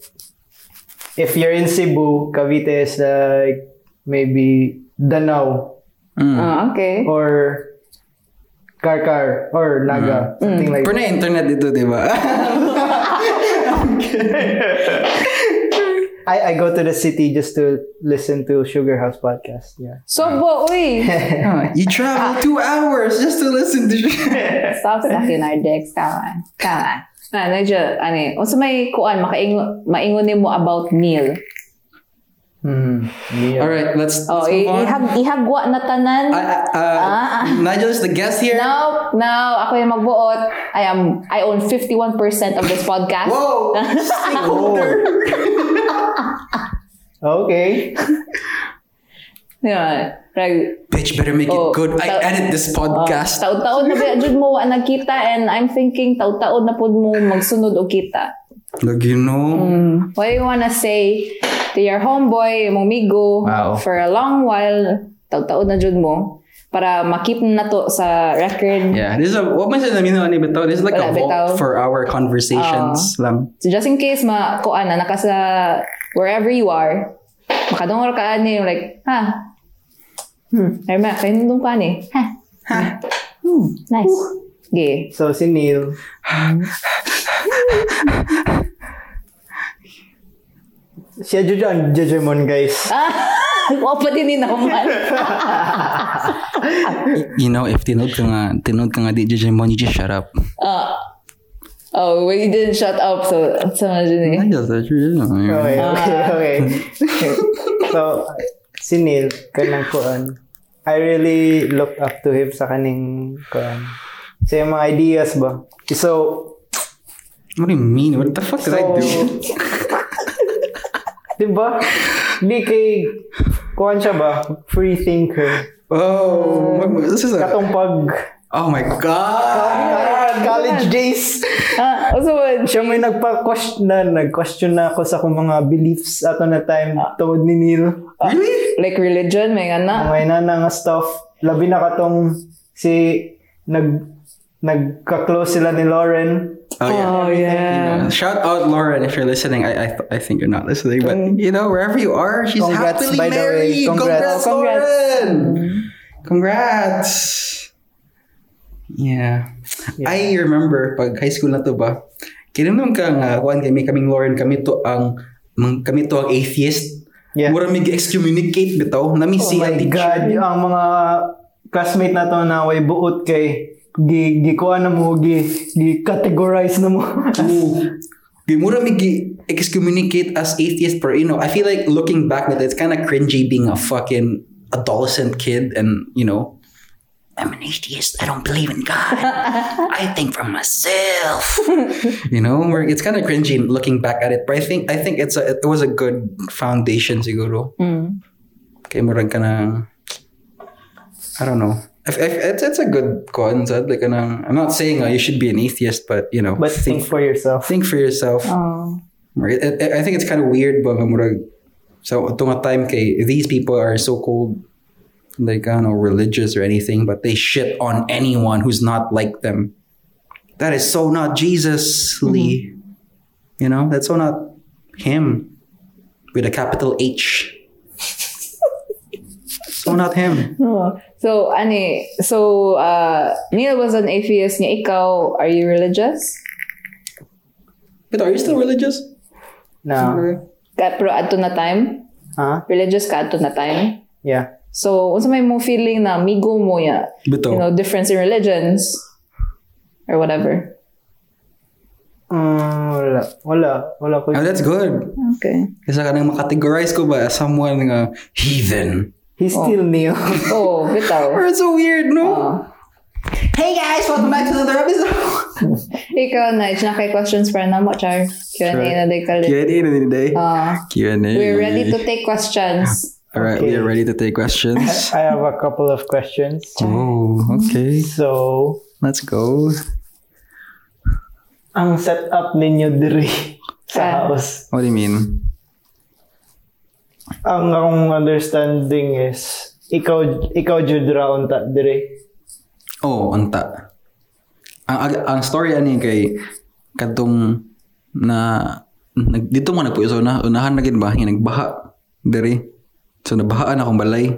C: If you're in Cebu, Cavite is like maybe Danau
B: Mm.
A: Ah, okay.
C: Oh. or Karkar or Naga. Something like
B: Pero na internet dito, di
A: <laughs>
B: ba?
A: Oh.
C: I, I go to the city just to listen to Sugar House podcast. Yeah.
A: Sobo, uy.
B: you travel two hours just to
A: <laughs>
B: listen to
A: Stop sucking our dicks. Come on. Come on. Ah, medyo, ano eh. Unsa may kuan, makaingon, maingon ni mo about meal.
C: Mm. Yeah.
B: All right, let's, let's
A: Oh, i-
B: move on.
A: ihag, ihagwa na tanan.
B: Ah, ah, ah,
A: Ah.
B: Nigel is the guest here.
A: No, no, ako yung magbuot. I am, I own 51% of this podcast. <laughs>
B: Whoa! Stakeholder!
C: Okay. <laughs>
A: Yeah, right.
B: Bitch, better make
A: Oh,
B: it good. I
A: so-
B: edit this
A: Oh,
B: podcast.
A: taon-taon na ba jud mo wa nagkita and I'm thinking taon-taon na pud mo magsunod og kita.
B: Like, you know?
A: Mm. What do you wanna say to your homeboy, mong migo,
B: Wow.
A: for a long while, taon-taon na jud mo, para makip na to sa record.
B: Yeah, this is a, what man said namin ni Bitaw, this is like
A: Wala,
B: a
A: bitaw.
B: vault for our conversations lang.
A: So just in case ma kuan na naka sa wherever you are, makadungor ka ani like ha. Hmm, ay ma kayo nung ka ani. Ha. Hmm, nice. <laughs> Okay.
C: So si Neil. Siya jud ang Jejemon guys.
A: Ah, wa pa din ni naman.
B: You know, if tinood ka nga, tinood ka nga di Digimon, you just shut up.
A: Ah. oh, well, you didn't shut up so sama din eh.
B: Nigel, that's your-
C: Okay, okay,
B: Ah.
C: okay. so si Neil kanang kuan. I really look up to him sa kaning kuan. Sa iyang mga ideas ba. So
B: What do you mean? What the fuck did I do?
C: diba? Di kay kuan siya ba? Free thinker.
A: mm.
B: Oh, what- this is a,
C: Katong pag
B: oh my god!
C: Ah, college days.
A: Ah, also what?
C: Siya may nagpa-question na, nag-question na ako sa akong mga beliefs ato na time tungod ni Neil.
B: Really?
A: Like religion, may nga na.
C: May na na nga stuff. Labi na katong si nag nagka-close sila ni Lauren.
B: Oh yeah.
A: Oh, yeah.
C: Um,
B: Shout out Lauren if you're listening. I I, th- I think you're not listening, but you know wherever you are, she's
C: Mm. Congrats,
B: happily
C: by the way.
B: married.
C: Congrats. Mm-hmm.
B: Congrats,
A: Congrats.
B: Lauren. Congrats. Yeah. I remember pag high school na to ba, kinunong ka nga, kuhan kami, kaming Lauren, kami to ang, mang- kami to ang atheist.
C: Yeah.
B: Mura mig excommunicate bitaw. Nami
C: Oh
B: si
C: my God, ang mga classmate na to na way buot kay gi gikuha na mo gi gi categorize na mo
B: Mura mig excommunicate as atheist pero you know, I feel like looking back with it, it's kind of cringy being a fucking adolescent kid and you know, I'm an atheist. I don't believe in God. I think for myself. you know, where it's kind of cringy looking back at it, but I think I think it's a it was a good foundation siguro.
A: Mm.
B: Kay murag ka ng- I don't know. if, if, it's, it's a good concept. Like, anong, I'm not saying uh, you should be an atheist, but you know,
C: <laughs> But think for yourself.
B: think for yourself.
A: Oh.
B: Right? I, I think it's kind of weird, but murag so itong nga time kay these people are so called like I don't know religious or anything, but they shit on anyone who's not like them. That is so not Jesusly. You know, that's so not him with a capital H. <laughs> so not him.
A: Oh. So, ani, so, uh, Neil was an atheist niya. Ikaw, are you religious?
B: But are you still religious? Ah,
C: Na,
A: Ka, pero ato na time?
C: ha?
A: Religious ka ato na time?
C: Yeah.
A: So, unsa may mo feeling na migo mo ya?
B: Bitaw.
A: You know, difference in religions? Or whatever.
C: Mm, wala. Wala. Wala ko.
B: Oh, that's good.
A: Okay.
B: Kasi kanang makategorize ko ba as someone nga heathen.
C: He's still new.
A: Oh, bitaw.
B: Or it's so weird, no?
A: Oh.
B: Hey guys, welcome back to another episode.
A: Ikaw na, it's na kay questions para na mo, Char. Q&A
B: Sure.
A: na day ka rin.
B: Q&A na din today.
A: Ah,
B: Q&A.
A: we're ready to take questions.
B: All right, we are ready to take
A: <laughs>
B: questions.
C: <laughs> I have a couple of questions.
B: oh, okay.
C: So,
B: Let's go.
C: ang setup ninyo diri
A: Ah.
C: sa house.
B: What do you mean?
C: Ang akong understanding is, ikaw, ikaw jud ra unta diri.
B: Oh, unta. Ang, ag- ang story ani kay kadtong na nag, dito mo nagpuyo sa una, unahan na gid ba nga nagbaha diri. So nabahaan akong balay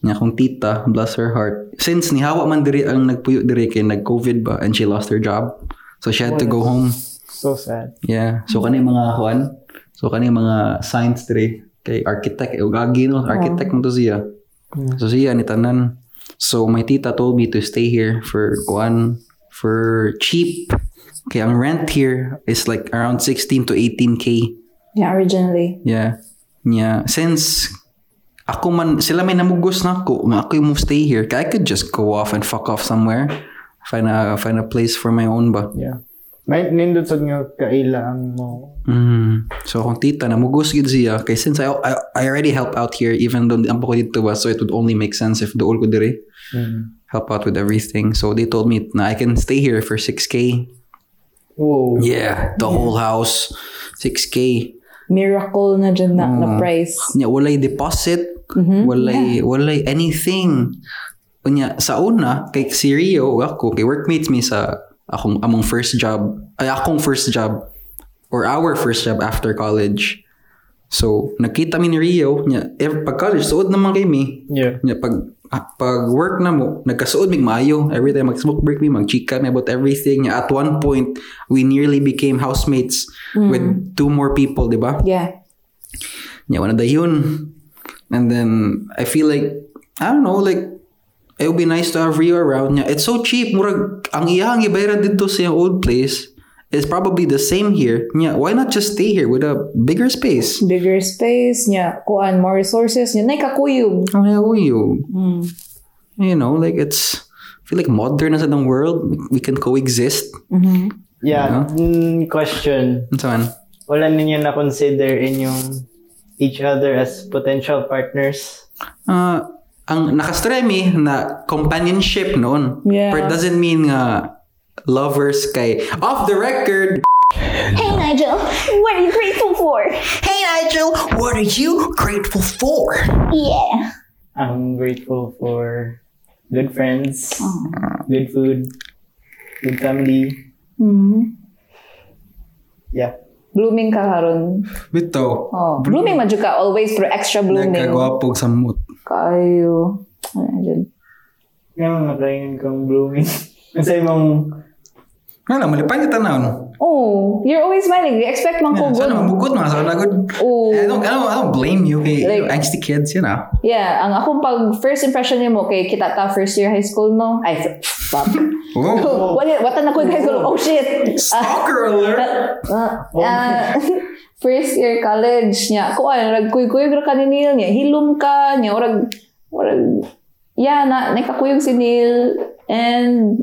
B: nga akong tita, bless her heart. Since nihawa man diri ang nagpuyo diri kay nag-COVID ba and she lost her job. So she had to go home.
C: So sad.
B: Yeah. So kani mga kuan. So kani mga science dre kay architect eh, ugagi no, architect mo to siya. So siya ni tanan. So my tita told me to stay here for kuan for cheap. Kay ang rent here is like around 16 to 18k.
A: Yeah, originally.
B: Yeah. Yeah. Since ako man, sila may namugos na ako, nga ako yung mo stay here. Kaya I could just go off and fuck off somewhere. Find a, find a place for my own ba.
C: Yeah. May nindot sad nga kaila ang mo.
B: Mm. So kung tita na mugos gid siya kay since I, I, I already help out here even though ang ko dito ba so it would only make sense if duol ko dire help out with everything. So they told me na I can stay here for 6k.
C: Whoa.
B: Yeah, the whole house 6k.
A: Miracle na dyan na,
B: Ah.
A: na price.
B: Nya walay deposit, walay walay anything. Unya sa una kay si Rio ako kay workmates mi sa akong among first job, ay akong first job or our first job after college. So, nakita mi ni Rio, nya, ev- pag college, suod naman kami.
C: Yeah.
B: Nya, pag, ah, pag work na mo, nagkasuod mig maayo. Every time mag-smoke break mi, mag-chika mi about everything. Nya, at one point, we nearly became housemates with two more people, di ba?
A: Yeah.
B: yeah, one of the yun. And then I feel like I don't know, like it would be nice to have Rio around. Yeah, it's so cheap. Murag ang iyang ibayaran dito sa iyang old place is probably the same here. Yeah, why not just stay here with a bigger space?
A: Bigger space niya. Kuan, more resources niya. Nay, kakuyog.
B: Ang yawa yun. You know, like it's I feel like modern as in the world, we can coexist.
C: Yeah. Mm, question.
B: And so on.
C: Wala ninyo na consider inyong each other as potential partners?
B: Ah, ang nakastremi na companionship noon.
A: Yeah.
B: But it doesn't mean nga lovers kay off the record
D: Hey Nigel, what are you grateful for?
B: Hey Nigel, what are you grateful for?
D: Yeah.
C: I'm grateful for good friends, good food, good family. Yeah.
A: Blooming ka karon.
B: Bito,
A: Oh. Blooming man jud ka always through extra blooming.
B: nagkagwapog sa mood.
A: Kayo. Ano dyan?
C: Ngayon, nakaingan kang blooming. <laughs> Ang sa imong,
B: Nga lang, malipay niya tanaw.
A: Oh, you're always smiling. You expect man ko
B: Sana
A: good.
B: mabugot mga sana good.
A: Oh.
B: I don't, I don't, I don't blame you. Hey,
A: Like-
B: angsty kids, you know.
A: Yeah, ang akong pag first impression niya mo kay kita ta first year high school no. Ay, fuck. <laughs>
B: Oh,
A: What watan ako high school. Oh shit.
B: stalker alert!
A: Ah, ah, <laughs> first year college niya. Kuan rag kuy-kuy ra ka ni Neil niya. Hilom ka niya orag orag yeah na nakakuyog si Neil and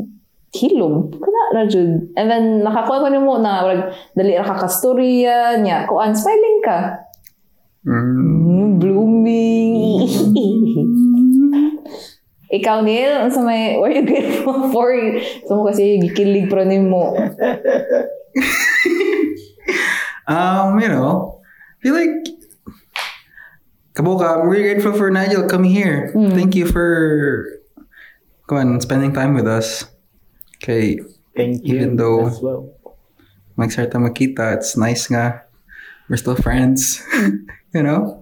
A: hilom kana ra jud. And then nakakuha ko nimo na orag dali ra ka kastorya niya. Kuan smiling ka. Hmm, Mm, blooming. <laughs> Ikaw, Neil, ano sa may, what are you <laughs> grateful for? Sa mo kasi, gikilig pro ni mo.
B: Um, you know, I feel like Kaboka, I'm really grateful for Nigel coming here.
A: Hmm.
B: Thank you for go on spending time with us. Okay,
C: Thank you.
B: Even though-
C: as well.
B: magsarta makita. It's nice nga. We're still friends. <laughs> you know?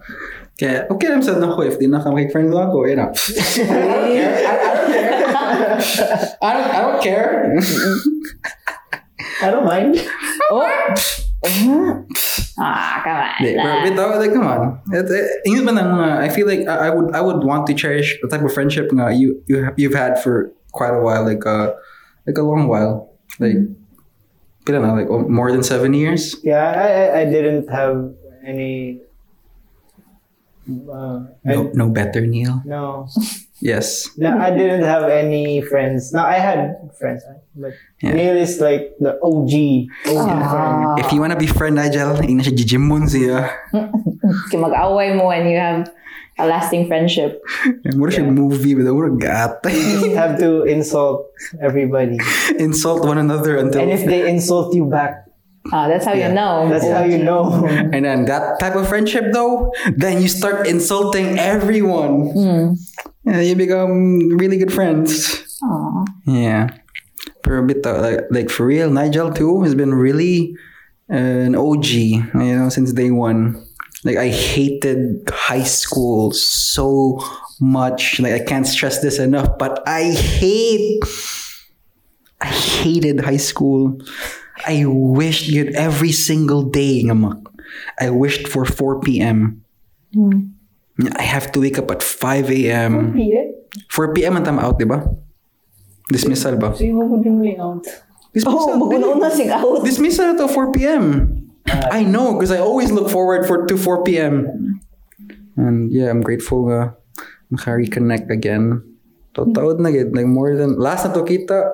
B: Kaya, okay lang sad ako if di na <laughs> kami friends lang ako. You know? I don't, I don't care.
C: I don't mind.
A: Oh! Ah, come on.
B: Di, pero bitaw, like, come on. It, it, yun ba ng mga, I feel like I, I would I would want to cherish the type of friendship nga you, you have, you've had for quite a while, like uh, like a long while. Like, pila na, like oh, more than seven years?
C: Yeah, I, I- I didn't have any. Uh,
B: No,
C: I,
B: no better, Neil.
C: no.
B: Yes.
C: No, I didn't have any friends. No, I had friends, but
B: Yeah.
C: Neil is like the OG, OG friend.
A: Ah,
B: If you wanna be friend Nigel, ina siya Jijimon siya.
A: okay, mag-away mo when you have a lasting friendship.
B: Mura siya movie, but mura gata.
C: Have to insult everybody,
B: <laughs> Insult one another until...
C: and if they insult you back,
A: Ah, that's how
B: Yeah.
A: you know.
C: that's how you know. <laughs>
B: And then that type of friendship though, then you start insulting everyone. Yeah, you become really good friends.
A: Aw.
B: Yeah. For a bit though, like, like for real, Nigel too has been really uh, an OG, you know, since day one. Like I hated high school so much. Like I can't stress this enough, but I hate I hated high school. I wished yun every single day. nga mak. I wished for 4 p.m. I have to wake up at 5 a.m. 4 p.m. ang time out, di ba? Dismissal ba?
A: Sino mo din out? Oh,
B: Dismissal.
A: mag-una sig out.
B: Dismissal to 4 p.m. I know because I always look forward for to 4 p.m. And yeah, I'm grateful uh, reconnect again. Totaod na gid like more than last na to kita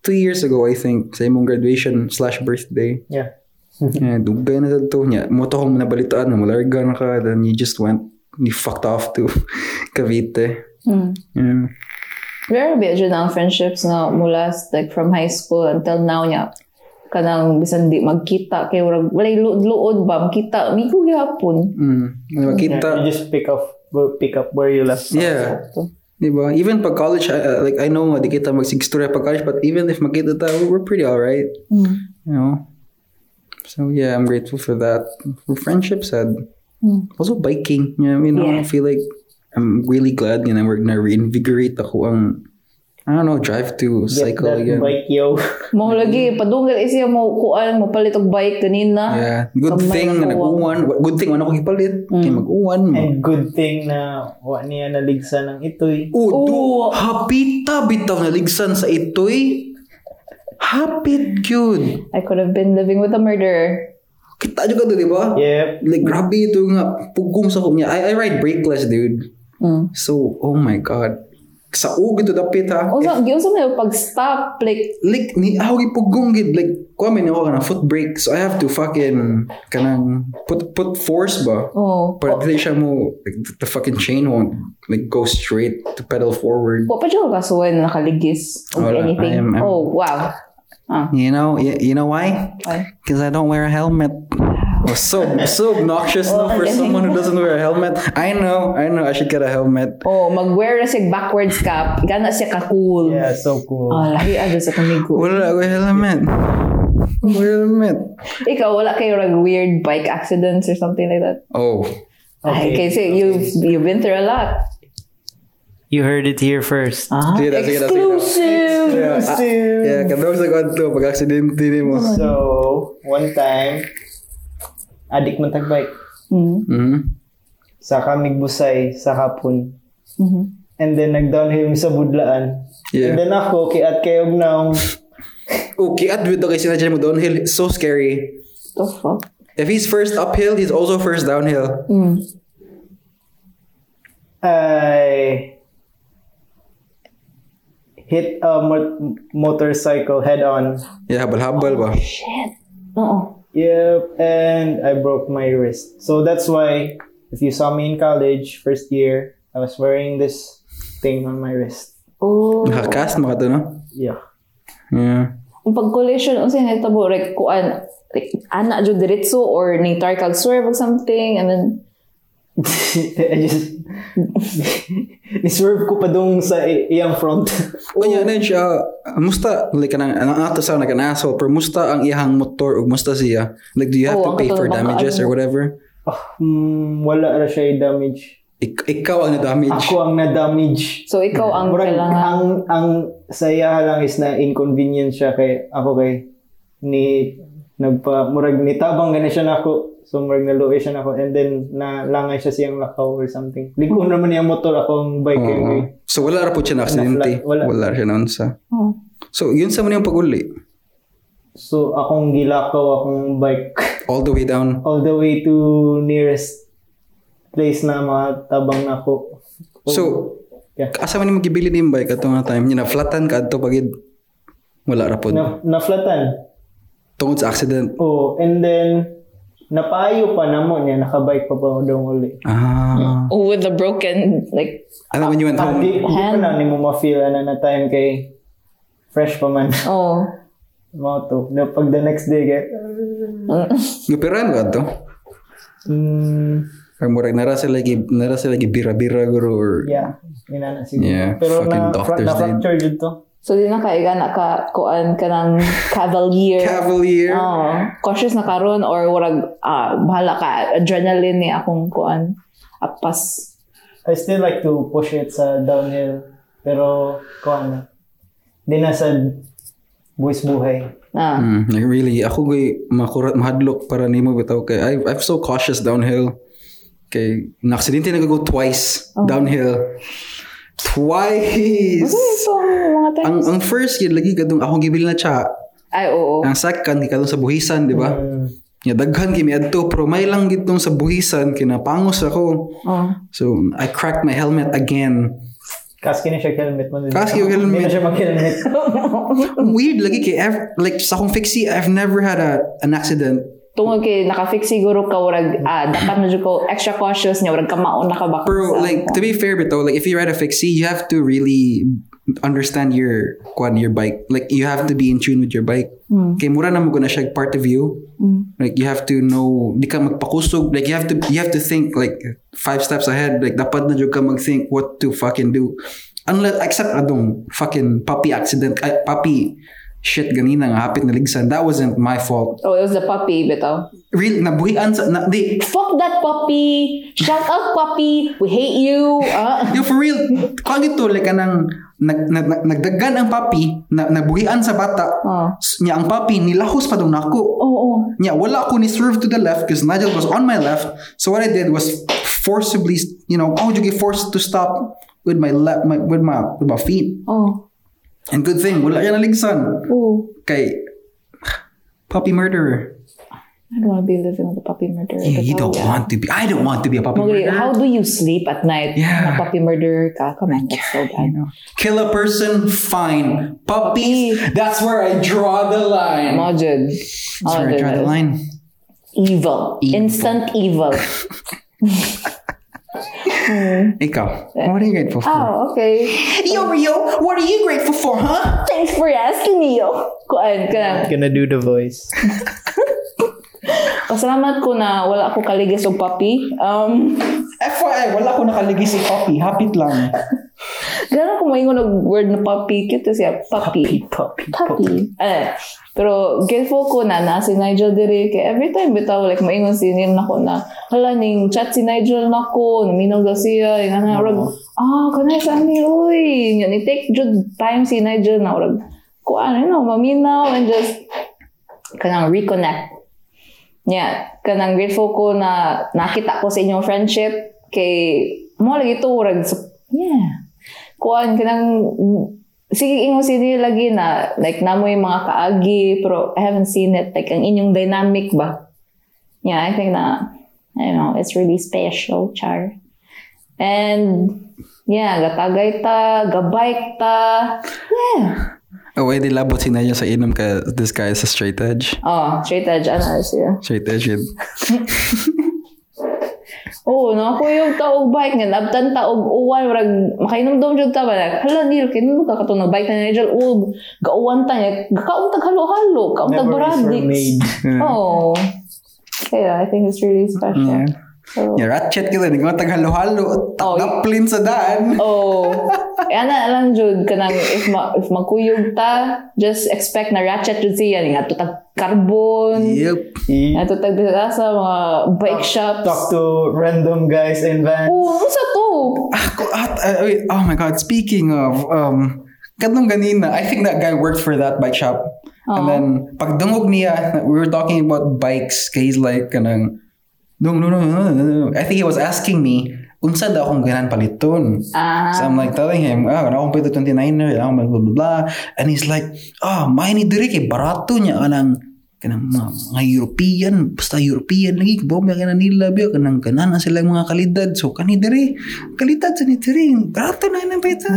B: two years ago I think sa imong graduation slash birthday.
C: Yeah.
B: Yeah, dugay na sad to nya. Mo to akong nabalitaan na malarga na ka then you just went you fucked off to <laughs> Cavite. Yeah.
A: Very bit dyan ang friendships na mula like from high school until now niya. Kanang bisan di magkita kay wala walay lu- luod ba magkita mi ko gihapon.
B: Mm. Nakita.
C: Yeah, you just pick up, pick up where you left. off.
B: Yeah. Diba? Even pag college, I- I- like I know nga di kita magsigstura pag college, but even if makita ta, we're we're pretty alright.
A: Mm.
B: You know? So yeah, I'm grateful for that. For friendship sad. Also biking. You know, what I mean? I
A: Mm. Yeah.
B: feel like I'm really glad you know, we're gonna reinvigorate ako ang I don't know, drive to
C: Get
B: cycle
C: that
B: again.
C: bike, yo. <laughs>
A: Mao lagi padunggal isiya mo kuan mo palit og bike kanina.
B: Mm. Yeah. Good
A: Kamay
B: thing na
A: na kuwang.
B: nag-uwan. Good thing wala ko kipalit. Kaya
A: Mm.
B: mag-uwan mo.
C: And good thing na wa niya naligsa ng itoy.
B: Udo,
A: Oo.
B: hapita bitaw na ligsan sa itoy. Hapit yun.
A: I could have been living with a murderer.
B: Kita juga to, di ba?
C: Yep.
B: Like, grabe ito nga. Pugong sa kunya. I, I ride brakeless, dude.
A: Mm.
B: So, oh my God. Sa ugin to dapit, ha?
A: Usa giusa na pag stop like
B: like ni ako gipugong gid like kuha man ako na foot brake so I have to fucking kanang put put force ba
A: oh.
B: para dili siya mo like, the, the fucking chain won't like go straight to pedal forward
A: Wa pa jud ka suway na nakaligis or
B: Wala, I
A: anything.
B: am- I'm-
A: oh wow. Ah,
B: you know you, you know why
A: why?
B: Because I don't wear a helmet. Oh, so so obnoxious no, for someone who doesn't wear a helmet. I know, I know. I should get a helmet.
A: Oh, mag-wear na siya backwards cap. Gana siya ka-cool.
C: Yeah, so cool.
A: Ah, lahi agad sa kamigo.
B: Wala ako helmet. Wala helmet.
A: Ikaw, wala kayo like weird bike accidents or something like that?
B: Oh,
A: Ay,
C: Okay.
A: kasi you've, you've been through a lot.
C: You heard it here first.
A: Ah,
B: Sige, sige, sige.
A: exclusive!
B: yeah. ah, yeah. Kadong sa kwarto pag aksidente ni mo.
C: So, one time, adik man tagbike.
A: Mm.
B: Mhm.
C: Saka migbusay, sa hapon.
A: Mhm.
C: And then, nag-downhill mi sa budlaan. And
B: Yeah.
C: then ako, kiat kayog naong.
B: Okay, at with guys na mo downhill. So scary.
A: The fuck?
B: If he's first uphill, he's also first downhill.
A: Mm.
C: I hit a mo- motorcycle head-on.
B: Yeah, habal-habal ba?
A: Oo.
C: Yep, and I broke my wrist. So that's why if you saw me in college first year, I was wearing this thing on my wrist.
A: Oh.
B: Nakakast mo ka to, no?
C: Yeah. <laughs>
B: Yeah.
A: Ang pag-collision, unsa na tabo like kuan like ana jud diretso or ning tarkal swerve or something and then
C: I just... <laughs> Niswerve ko pa dong sa i- iyang front. <laughs>
B: Oh. Kanya na siya, ah, musta, like, kanang, ang ato sa nag asshole, pero musta ang iyahang motor, o musta siya? Like, do you have
A: Oo, Oh,
B: to
A: ang
B: pay
A: katulad
B: for
A: ng
B: damages
A: ano.
B: or whatever?
C: Ah, mm, wala na siya damage.
B: Ik- ikaw ang na-damage.
C: Ako ang na-damage.
A: so ikaw ang
C: Murag,
A: kailangan
C: ang, ang saya lang is na inconvenient siya kay ako kay ni nagpa murag nitabang gani siya nako so murag naluoy siya nako and then nalangay siya siyang lakaw or something ligo naman niya motor akong bike kay
B: Oo. So, wala ra po siya na aksidente.
C: Na-flat, wala.
B: Wala. siya na unsa.
A: Oh.
B: So, yun sa mo niyang pag-uli.
C: so akong gilakaw akong bike <laughs>
B: All the way down.
C: all the way to nearest place na matabang nako
B: So,
C: Yeah.
B: asa man nimo gibili ni bike ato nga time niya na-flatan ka adto pagid. Wala ra pod.
C: na naflatan
B: Tungod sa accident.
C: oh and then napayo pa namo niya nakabike pa ba daw uli
B: Ah.
A: oh, with the broken like
B: Ano when you went
C: Ah,
B: home?
C: di, di pa na ni mo ma-feel ano na time kay fresh pa man <laughs>
A: oh <laughs>
C: mo to. Na pag the next day kay
B: Gupiran ka adto.
C: mm,
B: Or murag nara sila gi nara sila gi bira-bira guro or
C: yeah, ina na siguro.
B: Yeah,
C: Pero
B: fucking
C: na, fra-
B: doctors
C: na
B: din.
C: fracture jud to.
A: so di na kay gana ka kuan ka ng cavalier
C: Ah.
B: cavalier.
A: oh cautious na karon or warag ah, bahala ka adrenaline ni akong kuan apas
C: I still like to push it sa downhill. Pero kuan na. Di na sa buwis buhay.
A: na
B: Hmm, like really, ako gay makurat mahadlok para nimo bitaw kay I I'm so cautious downhill. Kay na aksidente na go twice downhill. Twice.
A: so mga time
B: ang ang first yun lagi kadung akong gibili na siya.
A: ay oo
B: Ang second kadung sa buhisan, di ba?
C: Mm,
B: Nga daghan kami adto pero may lang gitong sa buhisan kinapangos ako.
A: oh
B: So I cracked my helmet again.
C: kaski na siya helmet mo. din.
B: Kaski yung
C: Di
B: helmet.
C: na siya mag-helmet.
B: Ang weird lagi kay ev- like sa akong fixie I've never had a an accident.
A: tungod kay naka-fix siguro ka warag ah, dapat medyo ko extra cautious niya warag kamao na ka baka
B: Pero
A: sa-
B: like to be fair bitaw like if you ride a fixie you have to really understand your kwan your bike. Like you have to be in tune with your bike. Kay mura na mo na siya part of you. Like you have to know di ka magpakusog. Like you have to you have to think like five steps ahead. Like dapat na jud ka magthink what to fucking do. Unless except adong fucking puppy accident ay, puppy shit ganina nga hapit na ligsan. That wasn't my fault.
A: oh it was the puppy bitaw
B: Real nabuhian sa na, di
A: fuck that puppy shut up puppy we hate you ah <laughs>
B: Yo, for real, kung ito, like, kanang, nag, nag, nag- nagdagan ang papi, na, nabuhian sa bata,
A: Oh.
B: S- niya ang papi, nilahos pa doon ako.
A: oo oh,
B: Niya, wala ako ni serve to the left because Nigel was on my left. So what I did was forcibly, you know, ako yung forced to stop with my left, my, with my, with my feet.
A: oh oh
B: And good thing, wala yan naligsan.
A: Ooh.
B: Kay, puppy murderer.
A: I don't wanna be living with a puppy murderer
B: You
A: Bitaw,
B: don't
A: yeah.
B: want to be, I don't want to be a puppy
A: Mugli,
B: murderer.
A: how do you sleep at night
B: Yeah.
A: na puppy murderer ka come on that's so bad
B: Kill a person, fine. Puppies, that's where I draw the line.
A: Mao jud.
B: That's
A: Mao
B: where I
A: jud.
B: draw the line.
A: evil. instant evil
B: Ikaw, what are you grateful for?
A: oh okay
B: Yo, Rio, what are you grateful for, huh?
D: Thanks for asking, Neil.
A: kuan kanang
C: <laughs> Gonna do the voice.
A: pasalamat ko na wala ko kaligis og puppy um
B: FYI, wala ko nakaligay si Poppy. Hapit lang.
A: Gano'n kung maingon og word na puppy, cute to siya, puppy.
C: Puppy.
A: Puppy. Eh, pero grateful ko na na si Nigel diri kay every time bitaw like maingon si Neil nako na hala ning chat si Nigel nako naminaw daw siya eh, nga na rag ah kanay sa ni uy nya ni take jud time si Nigel na rag ko ano no maminaw and just kanang reconnect Yeah, kanang grateful ko na nakita ko sa inyong friendship kay mo lagi to rag sa yeah. Kuan kanang sige ingon si Neil lagi na like namoy mga kaagi pero I haven't seen it like ang inyong dynamic ba. Yeah, I think na I don't know, it's really special, char. And yeah, gatagay ta, gabike ta. Yeah.
B: Oh, eh, di labot si Naya sa inom ka this guy is a straight edge.
A: Oh, straight edge ano siya.
B: Straight edge yun.
A: Oo, no? Ako yung taog bike nga. Labtan taog uwan. Warag, makainom-dom jud ta ba? Like, Hala, Neil, kinun ka katong nag-bike na Nigel. Ug, gauwan ta niya. Gakauntag halo-halo. Kauntag
C: Memories are made.
A: baradics. <laughs> Oo. Kaya, I think it's really special.
B: Yeah.
A: So,
B: Yeah, ratchet kita. Hindi ko matag-halo-halo.
A: Oh,
B: Taplin sa daan.
A: Oh. Eh, ana lang jud kanang if ma, if magkuyog ta, just expect na ratchet jud siya nga tutag carbon.
B: Yep.
A: Nga tutag bisa sa mga bike shops.
C: Talk to random guys in van.
A: Oh, unsa to?
B: Ako, at, uh, wait, oh my God. Speaking of, um, kanong ganina, I think that guy worked for that bike shop. And
A: Oh.
B: then, pagdungog niya, we were talking about bikes, kaya he's like, kanang, no, no, no, no, no, no. I think he was asking me, unsa daw akong ganan paliton.
A: Ah.
B: So I'm like telling him, ah, wala akong pito 29er, wala akong eh, blah, blah, blah, blah. And he's like, ah, may ni diri kay barato niya kanang kanang mga, mga European, basta European lagi, bomba ka na nila, biya, kanang kanan na sila mga kalidad. So, kan kani diri, kalidad sa ni diri, barato na yun ang pito.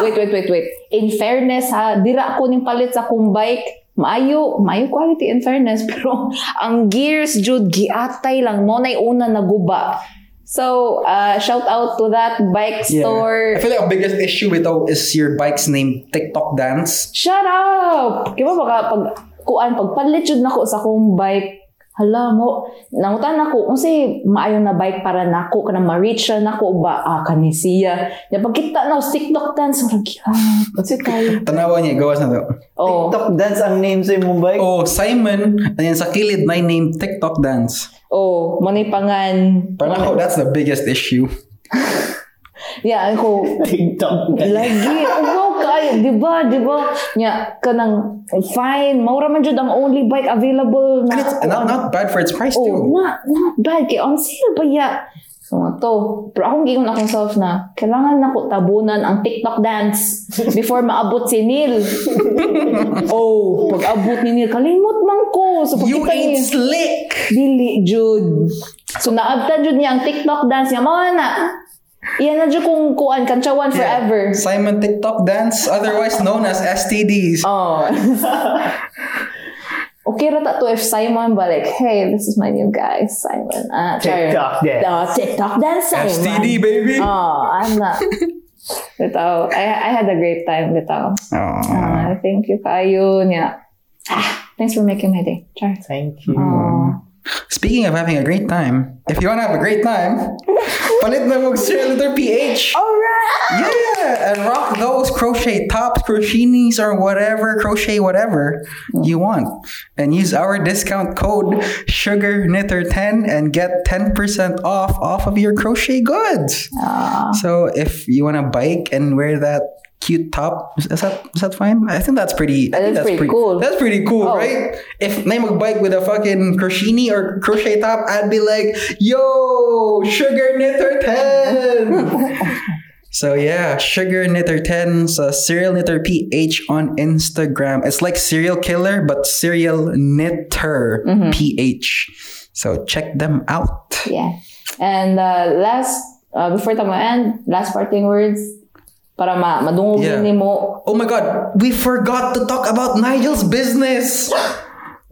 A: Wait, wait, wait, wait. In fairness ha, dira ako ning palit sa kong bike. Maayo, maayo quality in fairness. <laughs> Pero ang gears, jud, giatay lang. Mo na'y una naguba. So, uh, shout out to that bike store.
B: I feel like the biggest issue with all is your bike's name, TikTok dance.
A: Shut up! Di ba baka pag kuan pagpalit jud nako sa akong bike hala mo nangutan nako unsay maayo na bike para nako kana ma-reach na nako ba ah, kani siya nya pagkita na sa TikTok dance murag ah kasi tayo
B: Tanawa niya, gawas na to.
A: oh
C: TikTok dance ang name sa imong bike.
B: Oh, Simon, ayan sa kilid, my name, TikTok dance.
A: oh manay pangan
B: Parang ako, that's the biggest issue.
A: yeah ako
C: TikTok dance.
A: lagi ugaw kay di ba di ba nya kanang fine maura man jud ang only bike available na
B: And it's not, not bad for its price
A: Oh,
B: too.
A: not, not bad. Kaya on sale eh. ba ya? So, nga to. Pero akong gigon akong self na, kailangan na ko tabunan ang TikTok dance before maabot si
B: <laughs>
A: Neil. oh, pag abot ni Neil, kalimot man ko. So,
B: You
A: pagkita
B: ain't
A: niya,
B: slick.
A: dili, Jude. So, naabtan Jude niya ang TikTok dance niya. Mga na, iyan na Jude kung kuan, kantsawan forever.
B: Simon TikTok dance, otherwise known as STDs.
A: Oh. <laughs> okay rata to if Simon ba like, hey, this is my new guy, Simon. Ah, char.
C: TikTok dance.
A: Ah, TikTok dance, Simon.
B: STD baby.
A: Oh, I'm <laughs> not. Bitaw, I, I had a great time, bitaw.
B: Aw.
A: Ah, thank you, kayo. Yeah. Ah, thanks for making my day. Char.
C: Thank you.
A: Oh.
B: Speaking of having a great time, if you wanna have a great
A: <laughs>
B: time, palit na mong cheerleader PH.
D: Alright!
B: Yeah, and rock those crochet tops, crochetinis, or whatever, crochet whatever you want. And use our discount code SugarKnitter10 and get 10% off off of your crochet goods.
A: Ah.
B: So if you want to bike and wear that cute top, is is that is that fine? I think that's pretty. I think
A: That's pretty cool.
B: That's pretty cool,
A: Oh.
B: right? If name a bike with a fucking crochetini or crochet top, I'd be like, yo, sugar knitter
A: <laughs>
B: ten. so yeah, sugar knitter ten, so serial knitter ph on Instagram. It's like serial killer, but serial knitter
A: Mm-hmm.
B: ph. So check them out.
A: Yeah. And uh, last, uh, before tama end, last parting words, para ma madungog
B: Yeah.
A: ni mo.
B: Oh my god, we forgot to talk about Nigel's business.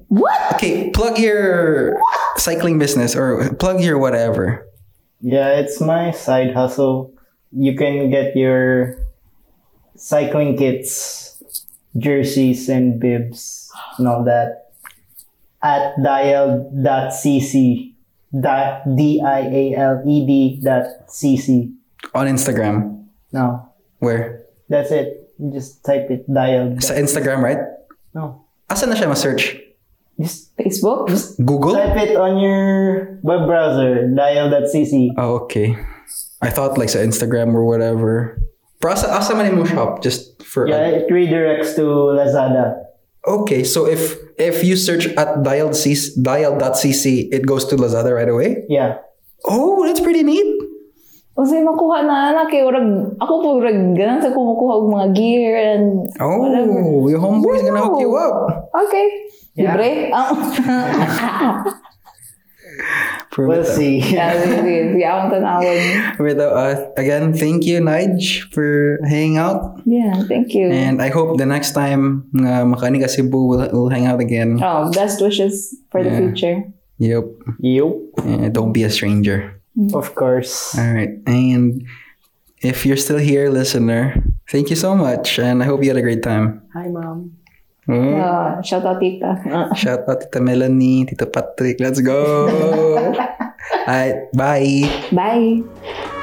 A: What?
B: Okay, plug your cycling business or plug your whatever.
C: Yeah, it's my side hustle. You can get your cycling kits, jerseys, and bibs and all that at dial.cc. Dot D I A L E D dot cc.
B: On Instagram.
C: No,
B: Where?
C: that's it. You just type it dial.
B: Sa Instagram, right?
C: No,
B: Asan na siya ma-search?
C: just
A: Facebook?
B: Google?
C: type it on your web browser dial.cc.
B: Oh, okay. I thought like sa Instagram or whatever. Pero asa, asa man yung shop? Just for...
C: Yeah, it redirects to Lazada.
B: Okay, so if if you search at dialed C- dial.cc, it goes to Lazada right away?
C: Yeah.
B: Oh, that's pretty neat.
A: Unsay makuha na anak kay urag ako po urag ganang sa kumukuha og mga gear and
B: Oh,
A: Whatever.
B: your homeboy's gonna hook you up.
A: okay.
C: Yeah.
A: Libre? Ah. <laughs>
B: Prove
C: We'll
B: it up.
C: see.
A: yeah, sige, sige. Awang tanawon.
B: With uh, again, thank you, Nige, for hanging out.
A: Yeah, thank you.
B: And I hope the next time uh, Makanika Cebu will, will hang out again.
A: oh, best wishes for the
B: Yeah.
A: future.
B: Yep.
C: <laughs> You,
B: Eh, don't be a stranger.
C: of course.
B: All right. And if you're still here, listener, thank you so much. And I hope you had a great time.
C: Hi, mom.
B: Mm.
A: Ah, shout out tita. Ah.
B: Shout out Tita Melanie,
C: <laughs>
B: Tita Patrick. Let's go. All right. Bye.
A: Bye.